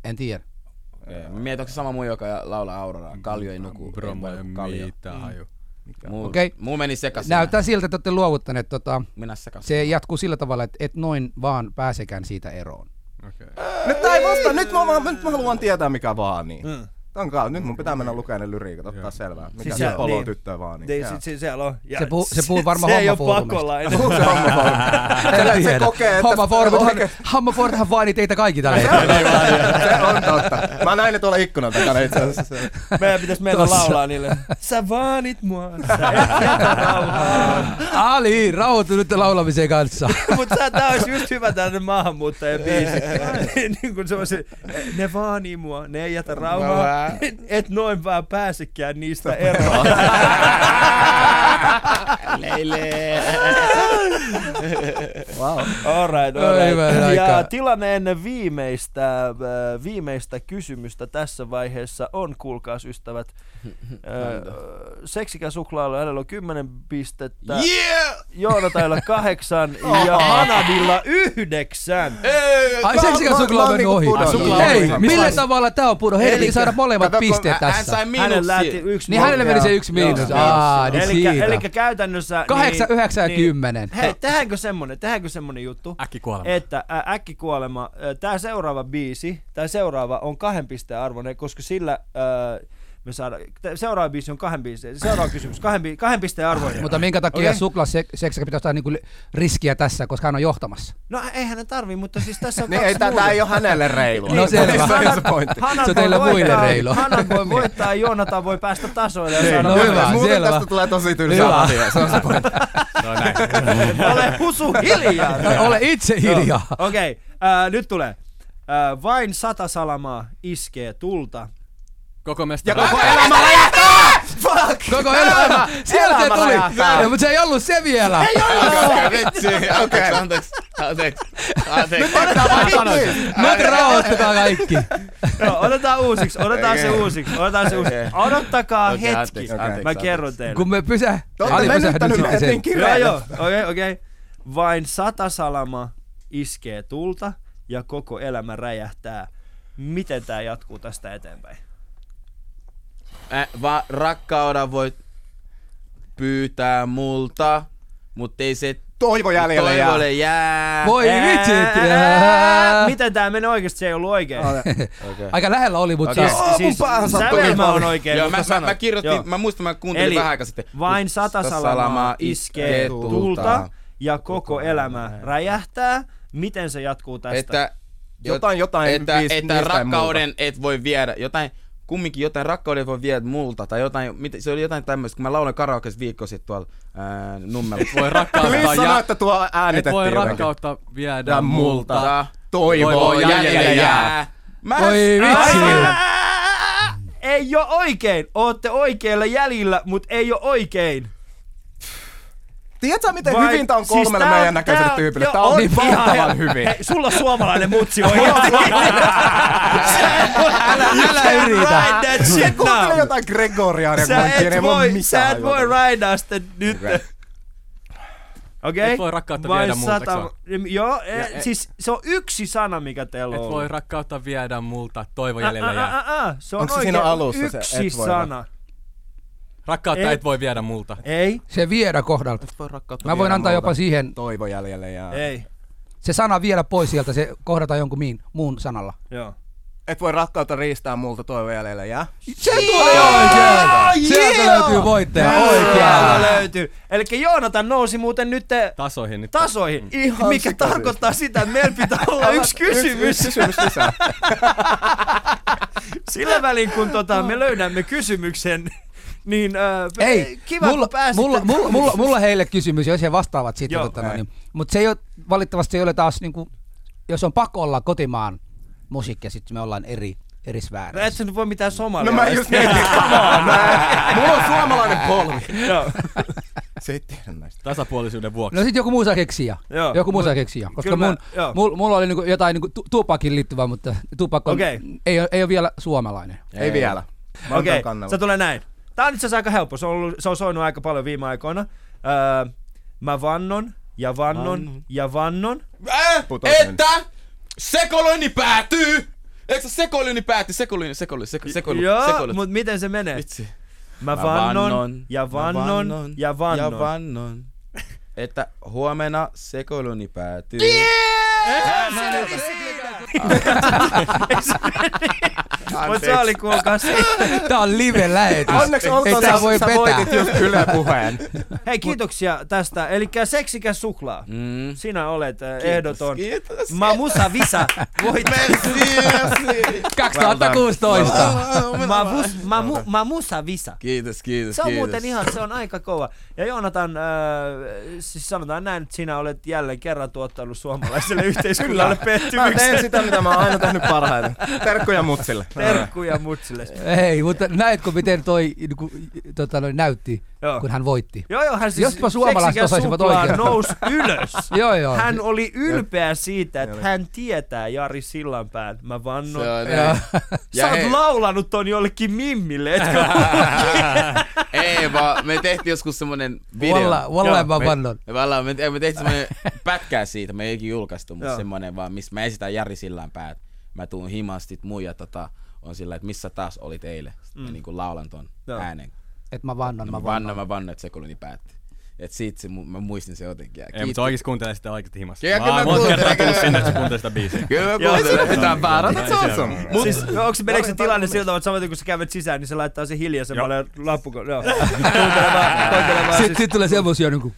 [SPEAKER 3] En tiedä.
[SPEAKER 4] Okei. Mä mietin, onko se sama muu, joka laulaa Auroraa. Kaljo ei nuku.
[SPEAKER 5] Bro,
[SPEAKER 4] ei
[SPEAKER 5] mä
[SPEAKER 4] voi Mm.
[SPEAKER 5] en
[SPEAKER 4] nuku Kaljo.
[SPEAKER 5] mitään haju.
[SPEAKER 4] Muu,
[SPEAKER 3] Okei.
[SPEAKER 4] muu meni sekas.
[SPEAKER 3] Näyttää siltä, että te olette luovuttaneet. Tota,
[SPEAKER 4] Minä sekas.
[SPEAKER 3] se jatkuu sillä tavalla, että et noin vaan pääsekään siitä eroon.
[SPEAKER 5] Okei.
[SPEAKER 6] Nyt tää ei vastaa, nyt mä, vaan- nyt mä haluan tietää mikä vaan niin. Tonkaan, nyt mun pitää mennä lukemaan ne lyriikat, ottaa selvää. Mikä
[SPEAKER 1] Mm. Siis
[SPEAKER 6] siis se
[SPEAKER 1] se-
[SPEAKER 6] polo
[SPEAKER 1] niin.
[SPEAKER 6] niin. tyttö vaan niin.
[SPEAKER 1] Niin,
[SPEAKER 6] Jaa.
[SPEAKER 1] sit, sit, siellä on. Ja
[SPEAKER 3] Se puhuu- se puhuu varmaan
[SPEAKER 1] Se ei ole
[SPEAKER 3] hommafoorumista.
[SPEAKER 1] pakolainen.
[SPEAKER 6] Onko se homma vaan?
[SPEAKER 3] En
[SPEAKER 6] Se kokee, että...
[SPEAKER 3] Hammaforthan, Hammaforthan vaani teitä kaikki tällä hetkellä.
[SPEAKER 6] Ei vaan, se on totta. Mä näin ne tuolla ikkunan takana itse asiassa.
[SPEAKER 1] Meidän pitäisi mennä
[SPEAKER 3] Tossa.
[SPEAKER 1] laulaa niille. Sä vaanit mua, sä et jätä rauhaa.
[SPEAKER 3] Ali, rauhoitu nyt laulamisen kanssa.
[SPEAKER 1] Mutta tää olisi just hyvä tällainen maahanmuuttajien biisi. niin kuin se on se, ne vaanii mua, ne ei jätä rauhaa. Et noin vaan pääsekään niistä eroon.
[SPEAKER 6] Wow.
[SPEAKER 1] All right, all
[SPEAKER 3] Oi, hyvänen
[SPEAKER 1] right. Ja
[SPEAKER 3] aikaa.
[SPEAKER 1] tilanne ennen viimeistä, äh, viimeistä kysymystä tässä vaiheessa on, kuulkaas ystävät, äh, seksikä suklaalla hänellä on 10 pistettä,
[SPEAKER 4] Yeah!
[SPEAKER 1] Joonatailla 8 ja Hanadilla 9.
[SPEAKER 3] Ai
[SPEAKER 6] Mä-
[SPEAKER 3] seksikä
[SPEAKER 6] mä-
[SPEAKER 3] suklaa on
[SPEAKER 6] mä oon
[SPEAKER 3] mennyt
[SPEAKER 6] niinku
[SPEAKER 3] ohi.
[SPEAKER 6] pudonnut.
[SPEAKER 1] Suklaa on
[SPEAKER 3] Hei,
[SPEAKER 1] ohi.
[SPEAKER 3] millä
[SPEAKER 1] Mistä-
[SPEAKER 3] tavalla tää on pudonnut? Heidän piti saada molemmat
[SPEAKER 6] kato, kun
[SPEAKER 3] pisteet
[SPEAKER 4] Hän
[SPEAKER 3] tässä.
[SPEAKER 4] sai
[SPEAKER 1] Hänellä lähti
[SPEAKER 4] miinuksia.
[SPEAKER 1] yksi
[SPEAKER 3] Niin hänelle meni se yksi miinus. Aa, niin siitä.
[SPEAKER 1] Eli käytännössä...
[SPEAKER 3] Kahdeksan,
[SPEAKER 1] niin-
[SPEAKER 3] yhdeksän ja
[SPEAKER 1] niin-
[SPEAKER 3] kymmenen.
[SPEAKER 1] Hei, tehdäänkö semmonen, tehdäänkö semmonen juttu?
[SPEAKER 5] Äkki kuolema.
[SPEAKER 1] Että ä, äkkikuolema, tämä seuraava biisi, tämä seuraava on kahden pisteen arvoinen, koska sillä ä, me saadaan, tää seuraava biisi on kahden pisteen, seuraava kysymys, kahden, bi- kahden pisteen arvoinen.
[SPEAKER 3] Mutta minkä takia
[SPEAKER 1] Okei.
[SPEAKER 3] okay. suklaaseksikä pitää ottaa niinku li- riskiä tässä, koska hän on johtamassa?
[SPEAKER 1] No eihän ne tarvii, mutta siis tässä on
[SPEAKER 6] Niin
[SPEAKER 1] kaksi Niin.
[SPEAKER 6] ei, tää, tää ei ole hänelle reilua.
[SPEAKER 3] No selvä.
[SPEAKER 6] Siis Se on se pointti.
[SPEAKER 1] Hanan
[SPEAKER 3] Se on
[SPEAKER 1] voi
[SPEAKER 3] teille muille
[SPEAKER 1] voittaa-
[SPEAKER 3] reilu.
[SPEAKER 1] Hanan voi voittaa, Joonatan voi päästä tasoille. ja saada
[SPEAKER 3] no
[SPEAKER 1] voiton.
[SPEAKER 3] hyvä,
[SPEAKER 6] Muuten
[SPEAKER 3] selvä.
[SPEAKER 6] tästä tulee tosi tylsä
[SPEAKER 3] Hyvä.
[SPEAKER 6] asia. Se on se pointti.
[SPEAKER 5] No näin.
[SPEAKER 1] Ole husu hiljaa.
[SPEAKER 3] No, Ole itse hiljaa.
[SPEAKER 1] Joo. Okei, okay. nyt tulee. Äh, vain sata salamaa iskee tulta.
[SPEAKER 5] Koko
[SPEAKER 6] Ja
[SPEAKER 5] mestari.
[SPEAKER 6] koko elämä räjähtää! Fuck!
[SPEAKER 3] Koko elämä! Sieltä se
[SPEAKER 6] Elämä
[SPEAKER 3] tuli!
[SPEAKER 6] räjähtää.
[SPEAKER 3] Ja, mutta se ei ollut se vielä!
[SPEAKER 7] Okei, vitsi. Okei, anteeksi. Anteeksi. Anteeksi.
[SPEAKER 3] Nyt rauhoittukaa kaikki!
[SPEAKER 1] No, otetaan uusiksi, otetaan se uusiksi, otetaan se uusiksi. Odottakaa
[SPEAKER 4] Okei,
[SPEAKER 1] hetki.
[SPEAKER 4] anteeksi, anteeksi,
[SPEAKER 1] Mä
[SPEAKER 4] anteeksi.
[SPEAKER 1] kerron teille.
[SPEAKER 3] Kun me pysä...
[SPEAKER 6] Te ootte mennyttänyt
[SPEAKER 3] sitten sen.
[SPEAKER 6] eteen
[SPEAKER 1] Joo, joo,
[SPEAKER 6] kirjailta.
[SPEAKER 1] okei, okei. Vain sata salamaa iskee tulta ja koko elämä räjähtää. Miten tämä jatkuu tästä eteenpäin?
[SPEAKER 4] Ä, va, rakkauden voit pyytää multa, mut ei se
[SPEAKER 6] Toivo jäljellä jää.
[SPEAKER 4] toivolle jää.
[SPEAKER 3] Voi vitsit!
[SPEAKER 1] Ää, Miten tämä meni oikeasti? Se ei ollut oikein. Siis-
[SPEAKER 4] Okay.
[SPEAKER 3] Aika lähellä oli, mutta siis...
[SPEAKER 6] Aa, mun päähän sattui niin
[SPEAKER 1] sävelmä on
[SPEAKER 6] paljon.
[SPEAKER 1] oikein,
[SPEAKER 4] Joo,
[SPEAKER 1] mutta
[SPEAKER 4] mä, mä,
[SPEAKER 1] sanoit.
[SPEAKER 4] mä kirjoitin,
[SPEAKER 1] Joo.
[SPEAKER 4] mä muistan, mä kuuntelin
[SPEAKER 1] Eli
[SPEAKER 4] vähän aikaa sitten.
[SPEAKER 1] Vain
[SPEAKER 4] Mut
[SPEAKER 1] sata salamaa iskee tulta ja koko elämä räjähtää. Miten se jatkuu tästä?
[SPEAKER 4] Että
[SPEAKER 6] Jotain- jotain
[SPEAKER 4] että,
[SPEAKER 6] viis-
[SPEAKER 4] että
[SPEAKER 6] viis tai
[SPEAKER 4] rakkauden et voi viedä, jotain, kumminkin jotain rakkauden voi viedä multa, tai jotain, mitä- se oli jotain tämmöistä, kun mä lauloin karaokeissa viikko sitten tuolla ää, nummella.
[SPEAKER 5] Voi rakkautta
[SPEAKER 6] Please sano,
[SPEAKER 5] ja...
[SPEAKER 6] että tuo
[SPEAKER 5] Et
[SPEAKER 6] äänitettiin.
[SPEAKER 5] voi
[SPEAKER 6] jotenkin.
[SPEAKER 5] rakkautta viedä
[SPEAKER 6] Tää
[SPEAKER 5] multa.
[SPEAKER 6] multa. Toivo
[SPEAKER 5] Toivoa
[SPEAKER 6] jäljellä
[SPEAKER 5] jäljellä
[SPEAKER 6] jää.
[SPEAKER 4] Mä
[SPEAKER 3] Voi vitsi!
[SPEAKER 1] Ää, ei ole oikein. Ootte oikealla jäljillä, mutta ei ole oikein.
[SPEAKER 6] Tiedätkö, miten Vai, hyvin tää on kolmelle siis meidän näköiselle tyypille? Tää on niin valtavan hyvin.
[SPEAKER 1] Hei, sulla on suomalainen mutsi oikeasti.
[SPEAKER 3] Älä, älä yritä.
[SPEAKER 1] Ride that
[SPEAKER 6] Se
[SPEAKER 1] shit
[SPEAKER 6] kuuntelee
[SPEAKER 1] now.
[SPEAKER 6] jotain Gregoriaa ja
[SPEAKER 1] Sä
[SPEAKER 6] kaikkea,
[SPEAKER 1] et
[SPEAKER 6] ei voi
[SPEAKER 1] voi, sä
[SPEAKER 6] mitään.
[SPEAKER 1] et voi raidaa sitä nyt. Okei?
[SPEAKER 5] Et voi rakkautta
[SPEAKER 1] Vain
[SPEAKER 5] viedä multa,
[SPEAKER 1] sata-
[SPEAKER 5] eikö
[SPEAKER 1] Joo, e,
[SPEAKER 5] Ja-
[SPEAKER 1] siis se on yksi sana, mikä teillä
[SPEAKER 5] Et
[SPEAKER 1] on.
[SPEAKER 5] voi rakkautta viedä multa, toivo
[SPEAKER 1] Ä,
[SPEAKER 5] jäljellä
[SPEAKER 1] ä,
[SPEAKER 5] jää.
[SPEAKER 1] ä, ä, Se on
[SPEAKER 6] Onko se siinä
[SPEAKER 1] oikein
[SPEAKER 6] alussa se,
[SPEAKER 1] yksi
[SPEAKER 6] et voi
[SPEAKER 1] sana.
[SPEAKER 5] Rakkautta
[SPEAKER 1] Ei.
[SPEAKER 5] et voi viedä multa.
[SPEAKER 1] Ei,
[SPEAKER 3] Se viedä kohdalta. Mä voin antaa jopa siihen,
[SPEAKER 6] Toivo jäljelle jää.
[SPEAKER 1] ei.
[SPEAKER 3] se sana viedä pois sieltä, se kohdataan jonkun miin, muun sanalla.
[SPEAKER 1] Joo.
[SPEAKER 6] Et voi rakkautta riistää multa, toivo jäljelle jää.
[SPEAKER 3] Se tulee oikein! Sieltä
[SPEAKER 1] joo!
[SPEAKER 3] löytyy voittaja
[SPEAKER 1] Sieltä
[SPEAKER 3] oikein.
[SPEAKER 1] löytyy. Eli Joonatan nousi muuten nyt
[SPEAKER 5] Tasoihin nyt.
[SPEAKER 1] tasoihin, mikä tarkoittaa sitä, että meillä pitää olla yksi kysymys.
[SPEAKER 6] Yksi kysymys lisää.
[SPEAKER 1] Sillä välin, kun tota, me löydämme kysymyksen, niin äh,
[SPEAKER 3] Ei,
[SPEAKER 1] kiva,
[SPEAKER 3] mulla,
[SPEAKER 1] kun pääsitte.
[SPEAKER 3] mulla, mulla, mulla, mulla, heille kysymys, jos he vastaavat siitä.
[SPEAKER 1] Joo.
[SPEAKER 3] Tota, no,
[SPEAKER 6] Ei.
[SPEAKER 3] niin. Mutta se ei ole, valitettavasti se ei ole taas, niinku, jos on pakolla kotimaan musiikkia, sitten me ollaan eri, eri
[SPEAKER 1] No
[SPEAKER 3] sfääreissä.
[SPEAKER 1] et sä nyt voi mitään somalia.
[SPEAKER 6] No mä just mietin, come on, mä- Mulla on suomalainen polvi.
[SPEAKER 1] Joo,
[SPEAKER 6] Se ei tiedä näistä.
[SPEAKER 5] Tasapuolisuuden vuoksi.
[SPEAKER 3] No sit joku muu saa keksiä.
[SPEAKER 1] Joo.
[SPEAKER 3] Joku muu saa keksiä. Koska
[SPEAKER 1] kyllä mä-
[SPEAKER 3] mun,
[SPEAKER 1] joo.
[SPEAKER 3] mul, mulla oli niinku jotain niinku tu- tupakin liittyvää, mutta tupakka on,
[SPEAKER 1] Okei.
[SPEAKER 3] ei, ole, ei ole vielä suomalainen.
[SPEAKER 6] Ei vielä. Mä
[SPEAKER 1] okei,
[SPEAKER 6] okay.
[SPEAKER 1] okay.
[SPEAKER 6] kannalla.
[SPEAKER 1] se tulee näin. Tää on itse asiassa aika helppo, se on, ollut, se on soinut aika paljon viime aikoina. Öö, mä vannon, ja vannon, ja vannon.
[SPEAKER 4] Äh,
[SPEAKER 6] Putosi
[SPEAKER 4] että sekoiluni päätyy! Eikö se sekoiluni pääty? Sekoiluni, sekoiluni, sekoiluni, sekoiluni.
[SPEAKER 1] Joo,
[SPEAKER 4] sekoiluni.
[SPEAKER 1] mut miten se menee?
[SPEAKER 4] Vitsi.
[SPEAKER 1] Mä
[SPEAKER 8] Mä
[SPEAKER 1] vannon,
[SPEAKER 8] vannon,
[SPEAKER 1] ja vannon, ja
[SPEAKER 8] Ja
[SPEAKER 1] vannon.
[SPEAKER 8] vannon. Että huomenna sekoiluni päätyy.
[SPEAKER 1] Mut se oli kuulkaa se.
[SPEAKER 3] Tää on live-lähetys.
[SPEAKER 6] Onneksi olkoon,
[SPEAKER 3] tää
[SPEAKER 6] sä,
[SPEAKER 3] voi
[SPEAKER 6] sä
[SPEAKER 3] vetää.
[SPEAKER 6] voitit just Yle puheen.
[SPEAKER 1] Hei, kiitoksia tästä. Eli seksikäs suklaa.
[SPEAKER 8] Mm.
[SPEAKER 1] Sinä olet äh, ehdoton.
[SPEAKER 4] Kiitos.
[SPEAKER 1] Mamusa Visa voitti.
[SPEAKER 4] Merci.
[SPEAKER 3] 2016.
[SPEAKER 1] Mavus, mamu, mamusa Visa.
[SPEAKER 8] Kiitos, kiitos,
[SPEAKER 1] Se on
[SPEAKER 8] kiitos.
[SPEAKER 1] muuten ihan, se on aika kova. Ja Joonatan, äh, siis sanotaan näin, että sinä olet jälleen kerran tuottanut suomalaiselle yhteiskunnalle
[SPEAKER 6] Mä teen
[SPEAKER 1] pettymyksen.
[SPEAKER 6] sitä, mitä mä oon aina tehnyt parhaiten. Terkkuja mutsille.
[SPEAKER 1] Terkkuja mutsille.
[SPEAKER 3] Hei, mutta näetkö miten toi niinku, tota, noin, näytti,
[SPEAKER 1] Joo.
[SPEAKER 3] kun hän voitti?
[SPEAKER 1] Joo, joo, hän siis
[SPEAKER 3] Jospa suomalaiset
[SPEAKER 1] seksikäs
[SPEAKER 3] osaisivat
[SPEAKER 1] suklaa
[SPEAKER 3] oikein.
[SPEAKER 1] nousi ylös.
[SPEAKER 3] Joo, joo.
[SPEAKER 1] Hän oli ylpeä siitä, että hän tietää Jari Sillanpään. Mä vannon.
[SPEAKER 4] Se on
[SPEAKER 3] Joo.
[SPEAKER 4] näin.
[SPEAKER 1] Sä
[SPEAKER 4] Ja
[SPEAKER 1] oot
[SPEAKER 4] hei.
[SPEAKER 1] laulanut ton jollekin mimmille, etkö?
[SPEAKER 4] Ei vaan, me tehtiin joskus semmonen video.
[SPEAKER 3] Walla, walla
[SPEAKER 1] Joo,
[SPEAKER 3] mä
[SPEAKER 4] Me-
[SPEAKER 3] vannon.
[SPEAKER 4] Me, vallaan, me, te- me tehtiin semmonen pätkää siitä, me ei ikinä julkaistu,
[SPEAKER 1] Joo.
[SPEAKER 4] mutta semmonen vaan, missä mä esitän Jari Sillan päät. Mä tuun himastit muija tota, on sillä, että missä taas olit eilen. Sitten mä niinku laulan ton
[SPEAKER 1] Joo.
[SPEAKER 4] äänen.
[SPEAKER 3] Et mä vannon,
[SPEAKER 4] No,
[SPEAKER 3] mä
[SPEAKER 4] mä
[SPEAKER 3] vannon.
[SPEAKER 4] vannan, mä vannan, että se koloni päätti. Et siitä se, mu- mä muistin se jotenkin. Ja
[SPEAKER 5] Ei, mutta
[SPEAKER 4] kiitti.
[SPEAKER 5] se oikeesti kuuntelee sitä oikeesti himassa.
[SPEAKER 4] Kyllä,
[SPEAKER 5] Mä
[SPEAKER 4] kyllä
[SPEAKER 5] oon monta
[SPEAKER 4] kuuntelen,
[SPEAKER 5] kertaa tullut
[SPEAKER 4] kyllä.
[SPEAKER 5] sinne, että se kuuntelee sitä biisiä.
[SPEAKER 4] Kyllä mä
[SPEAKER 1] Joo,
[SPEAKER 4] kuuntelen.
[SPEAKER 6] Mitä väärä? Se on sun.
[SPEAKER 1] Mut, siis, no, onko se, meneekö se tilanne siltä, että samoin kun sä kävet sisään, niin se laittaa se hiljaisemmalle lappukon. Joo. Kuuntele vaan, kuuntele vaan.
[SPEAKER 3] Sitten
[SPEAKER 1] Siis,
[SPEAKER 3] sit tulee semmosia niinku,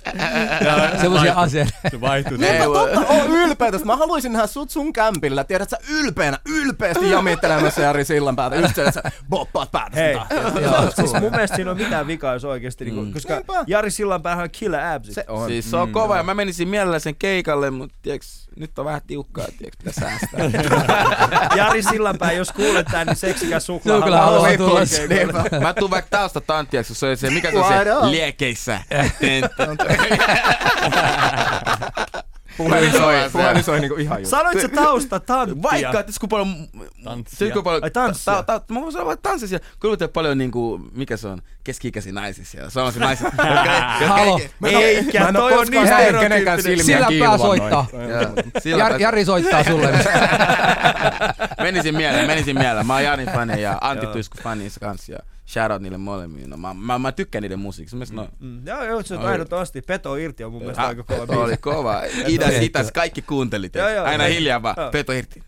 [SPEAKER 3] semmosia aseita.
[SPEAKER 5] Se vaihtuu.
[SPEAKER 4] Ei,
[SPEAKER 6] Mutta
[SPEAKER 4] voi-
[SPEAKER 6] totta, oon ylpeä tästä. Mä haluaisin nähdä sut sun kämpillä, tiedät sä, ylpeänä, ylpeästi jamittelemassa Jari Sillanpäätä. Just siellä sä boppaat päätä
[SPEAKER 1] Hei,
[SPEAKER 6] sun tahtia.
[SPEAKER 1] Joo, siis mun mielestä siinä on mitään vikaa, jos oikeesti, niinku, koska
[SPEAKER 6] Niinpä.
[SPEAKER 1] Jari Sillanpäähän on killer absit.
[SPEAKER 6] Se on.
[SPEAKER 4] Siis se on kova ja mä menisin mielellä sen keikalle, mutta tiiäks, nyt on vähän tiukkaa, tiiäks, pitää säästää.
[SPEAKER 1] Jari Sillanpää, jos kuulet tän, niin seksikäs suklaa.
[SPEAKER 3] Suklaa haluaa
[SPEAKER 1] haluaa
[SPEAKER 3] tulla.
[SPEAKER 1] oikein kuulla.
[SPEAKER 4] Mä tuun vaikka taustataan, tiiäks, jos se on se, mikä se on
[SPEAKER 6] Why not?
[SPEAKER 4] se liekeissä. Puhelin soi,
[SPEAKER 6] Puhelin soi niinku ihan just.
[SPEAKER 1] Sanoit sä tausta tanttia?
[SPEAKER 4] Vaikka, että kun paljon...
[SPEAKER 5] Tanssia.
[SPEAKER 4] Siis kun paljon...
[SPEAKER 1] Ai, tanssia.
[SPEAKER 4] Ta, ta, ta, mä voin sanoa vaan tanssia siellä. Kyllä te paljon niinku, mikä se on, keski-ikäisiä naisia siellä. Suomalaisia naisia, jotka ei... jotka
[SPEAKER 3] Halo.
[SPEAKER 4] ei-
[SPEAKER 1] Eikä, toi on niin
[SPEAKER 6] nähnyt
[SPEAKER 1] stereotyyppinen.
[SPEAKER 3] Sillä pää soittaa.
[SPEAKER 4] Joo. Sillä
[SPEAKER 3] Jar,
[SPEAKER 4] pääsee-
[SPEAKER 3] Jari soittaa sulle.
[SPEAKER 4] menisin mieleen, menisin mieleen. Mä oon Jarin fani ja Antti Tuisku fani kanssa ja shoutout niille molemmille. No, mä, mä, mä tykkään niiden musiikista. Mielestäni no,
[SPEAKER 1] Mm, Joo, joo, se on ehdottomasti. Peto irti on mun mielestä aika kova
[SPEAKER 4] Toi
[SPEAKER 1] biisi.
[SPEAKER 4] Ah, oli kova. Idäs, itäs, kaikki kuuntelit.
[SPEAKER 1] Joo, joo.
[SPEAKER 4] Aina hiljaa vaan.
[SPEAKER 1] Joo.
[SPEAKER 4] Peto irti.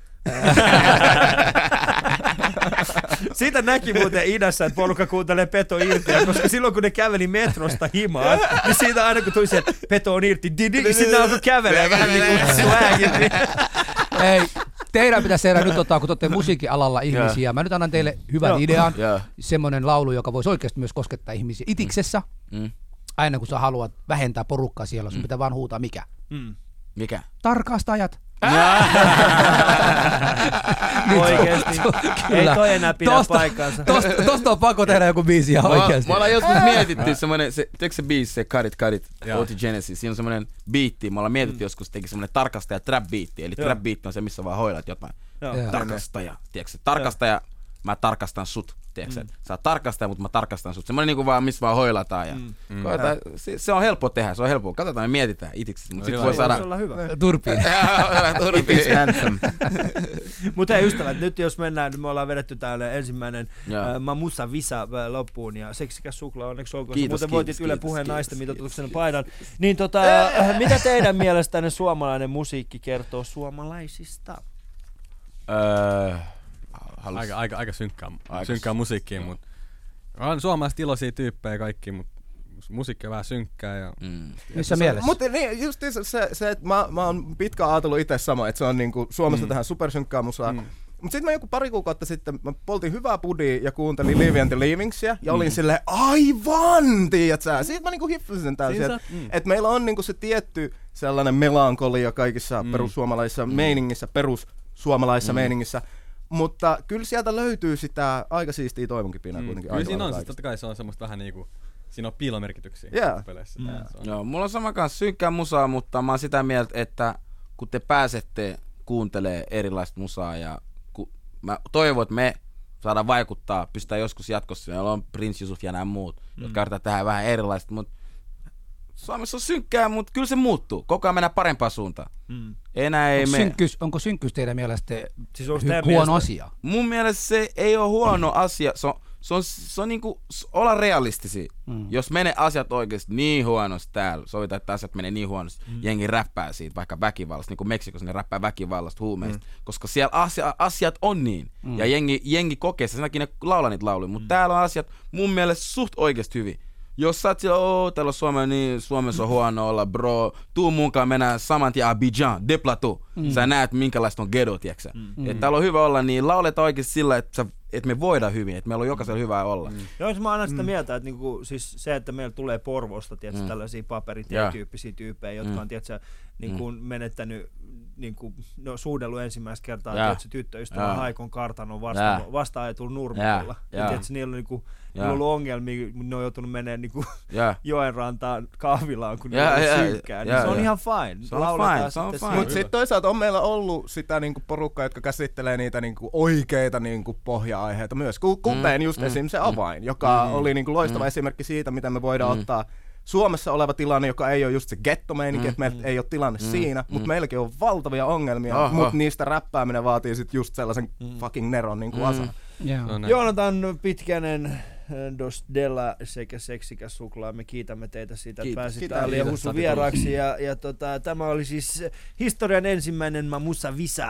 [SPEAKER 1] Siitä näki muuten idässä, että porukka kuuntelee peto irti, koska silloin kun ne käveli metrosta himaan, niin siitä aina kun tuli se, että peto on irti, didi, sitten alkoi kävelee vähän niin kuin slagin.
[SPEAKER 3] Ei, teidän pitäisi tehdä nyt ottaa, kun te olette musiikkialalla ihmisiä. Mä nyt annan teille
[SPEAKER 1] Joo.
[SPEAKER 3] hyvän idean.
[SPEAKER 4] Joo.
[SPEAKER 3] Semmoinen laulu, joka voisi oikeasti myös koskettaa ihmisiä. Itiksessä,
[SPEAKER 4] Mm.
[SPEAKER 3] aina kun sä haluat vähentää porukkaa siellä, sun pitää vaan huutaa mikä.
[SPEAKER 1] Mm.
[SPEAKER 4] Mikä?
[SPEAKER 3] Tarkastajat,
[SPEAKER 1] Ah! Oikeesti. Ei
[SPEAKER 3] Kyllä.
[SPEAKER 1] toi enää pidä
[SPEAKER 3] Tosta-
[SPEAKER 1] paikkaansa.
[SPEAKER 3] Tosta, tosta on pakko tehdä joku biisi ihan
[SPEAKER 4] Me ollaan-
[SPEAKER 3] oikeesti.
[SPEAKER 4] Me ollaan joskus mietitty semmonen, se, tiedätkö se biisi, se Cut It, Cut It,
[SPEAKER 5] Joo.
[SPEAKER 4] Oti Genesis, siinä on semmonen biitti, me ollaan mietitty joskus teki semmonen tarkastaja trap biitti, eli
[SPEAKER 1] Joo.
[SPEAKER 4] trap biitti on se, missä vaan hoidat jotain.
[SPEAKER 1] Joo.
[SPEAKER 3] Joo.
[SPEAKER 4] Tarkastaja, tiedätkö se, tarkastaja, mä tarkastan sut, tiedätkö mm. sä oot tarkastaja, mutta mä tarkastan sut, semmonen niinku vaan, missä vaan hoilataan ja mm. koetaan, se, se, on helppo tehdä, se on helppo, katsotaan, me mietitään itiksi, mutta sit
[SPEAKER 5] hyvä.
[SPEAKER 4] voi
[SPEAKER 1] Voisi
[SPEAKER 4] saada...
[SPEAKER 1] olla hyvä.
[SPEAKER 3] Turpiin.
[SPEAKER 1] Mutta hei ystävät, nyt jos mennään, niin me ollaan vedetty täällä ensimmäinen
[SPEAKER 4] Joo.
[SPEAKER 1] ää, Mamusa Visa ää, loppuun ja seksikäs suklaa onneksi olkoon. Sä
[SPEAKER 4] Kiitos,
[SPEAKER 1] Muuten
[SPEAKER 4] kiitos,
[SPEAKER 1] voitit Yle
[SPEAKER 4] kiitos,
[SPEAKER 1] puheen
[SPEAKER 4] kiitos,
[SPEAKER 1] naisten
[SPEAKER 4] kiitos.
[SPEAKER 1] mitoituksen paidan. Niin tota, äh, mitä teidän mielestänne suomalainen musiikki kertoo suomalaisista?
[SPEAKER 4] Öö, halus-
[SPEAKER 5] Aika, aika, aika synkkää,
[SPEAKER 4] Aika
[SPEAKER 5] aika synkkää
[SPEAKER 4] s-
[SPEAKER 5] musiikkia, mutta on suomalaiset iloisia tyyppejä kaikki, mutta musiikki on vähän synkkää ja
[SPEAKER 4] Mm.
[SPEAKER 3] Missä mielessä?
[SPEAKER 6] Mutta niin, just se, se että mä, mä oon pitkään ajatellut itse sama, että se on niinku Suomessa mm. tähän supersynkkaa musaa. Mm. Mutta sitten mä joku pari kuukautta sitten, mä poltin hyvää pudia ja kuuntelin Leave and the Leavingsia ja olin silleen, aivan, tiiätsä. Siitä mä niinku hiffasin sen täysin,
[SPEAKER 5] Siinä
[SPEAKER 6] että mm. et meillä on niinku se tietty sellainen melankolia kaikissa mm. perussuomalaisissa mm. meiningissä, perussuomalaisissa mm. meiningissä. Mutta kyllä sieltä löytyy sitä aika siistiä toivonkipinaa mm. kuitenkin.
[SPEAKER 5] kyllä
[SPEAKER 6] aika
[SPEAKER 5] siinä on,
[SPEAKER 6] lailla
[SPEAKER 5] siis
[SPEAKER 6] kaikista.
[SPEAKER 5] totta kai se on semmoista vähän niinku, siinä on piilomerkityksiä
[SPEAKER 6] Joo.
[SPEAKER 5] peleissä. Mm. Se on.
[SPEAKER 4] Joo, mulla on sama kanssa synkkää musaa, mutta mä oon sitä mieltä, että kun te pääsette kuuntelee erilaista musaa ja ku, mä toivon, että me saadaan vaikuttaa, pystytään joskus jatkossa, meillä on Prince Yusuf ja nämä muut, mm. jotka yrittää tehdä vähän erilaista, mutta Suomessa on synkkää, mutta kyllä se muuttuu. Koko ajan mennään parempaan suuntaan.
[SPEAKER 1] Mm.
[SPEAKER 4] Enää ei
[SPEAKER 3] Onko
[SPEAKER 4] mene.
[SPEAKER 3] synkkyys, onko synkkyys teidän mielestä
[SPEAKER 1] Siis onko teidän
[SPEAKER 3] hy- huono
[SPEAKER 1] mielestä-
[SPEAKER 3] asia?
[SPEAKER 4] Mun mielestä se ei ole huono asia. Se on, se on, se on niinku, s- olla realistisia. Mm. Jos menee asiat oikeasti niin huonosti täällä, sovitaan, että asiat menee niin huonosti, mm. jengi räppää siitä vaikka väkivallasta, niin kuin Meksikossa ne räppää väkivallasta, huumeista, mm. koska siellä asia, asiat on niin. Mm. Ja jengi, jengi kokee sitä, sen takia ne laulaa niitä lauluja, mutta mm. täällä on asiat mun mielestä suht oikeasti hyvin. Jos sä oot siellä, "Oo, täällä on Suomea, niin Suomessa on huono olla, bro. Tuu munkaan, mennään saman tien Abidjan, de plateau. Mm. Sä näet, minkälaista on ghetto, tiiäksä. Mm. Et täällä on hyvä olla, niin lauletaan oikeesti sillä, että, sä, että me voidaan hyvin, että meillä on jokaisella hyvää olla. Mm.
[SPEAKER 1] Joo, siis mä aina sitä mieltä, että niinku, siis se, että meillä tulee Porvosta tietysti, mm. tällaisia paperityyppisiä tyyppejä, jotka
[SPEAKER 4] Mm.
[SPEAKER 1] on tietysti, niinku, menettänyt niinku, no, suudellut ensimmäistä kertaa
[SPEAKER 4] Jaa.
[SPEAKER 1] tietysti, tyttöystävän
[SPEAKER 4] Jaa.
[SPEAKER 1] haikon kartanon
[SPEAKER 4] Jaa.
[SPEAKER 1] vasta, vasta ajetulla nurmikolla.
[SPEAKER 4] Jaa.
[SPEAKER 1] Ja,
[SPEAKER 4] Jaa.
[SPEAKER 1] tietysti, niillä on niinku, niillä on
[SPEAKER 4] Jaa.
[SPEAKER 1] ollut ongelmia, mutta ne on joutunut menemaan niinku,
[SPEAKER 4] Yeah.
[SPEAKER 1] Joenrantaan kahvilaan, kun ne
[SPEAKER 4] Jaa,
[SPEAKER 1] on
[SPEAKER 4] jaa,
[SPEAKER 1] synkkää. Niin
[SPEAKER 4] jaa,
[SPEAKER 1] se on
[SPEAKER 4] jaa.
[SPEAKER 1] ihan fine.
[SPEAKER 4] Se on
[SPEAKER 1] Lauletaan
[SPEAKER 4] fine, se on
[SPEAKER 1] sitten
[SPEAKER 4] fine.
[SPEAKER 1] se-
[SPEAKER 6] Mutta sitten toisaalta on meillä ollut sitä niinku porukkaa, jotka käsittelee niitä niinku oikeita niinku pohja-aiheita myös, ku- kuten just esim. se avain, joka oli niinku loistava esimerkki siitä, mitä me voidaan ottaa Suomessa oleva tilanne, joka ei ole just se gettomeininki, että meillä ei ole tilanne siinä, mutta meilläkin on valtavia ongelmia,
[SPEAKER 4] Aha.
[SPEAKER 6] mutta niistä räppääminen vaatii sitten just sellaisen fucking neron niinku asan.
[SPEAKER 3] Joo.
[SPEAKER 5] No näin.
[SPEAKER 1] Joonatan Pitkänen, eh, Dos Della sekä Seksikäs Suklaa. Me kiitämme teitä siitä, että
[SPEAKER 4] Kiitos.
[SPEAKER 1] pääsitte
[SPEAKER 6] Kiitos.
[SPEAKER 1] Ali ja
[SPEAKER 6] Kiitos.
[SPEAKER 1] Husu vieraaksi. Ja, ja tota, tämä oli siis historian ensimmäinen Mamusa Visa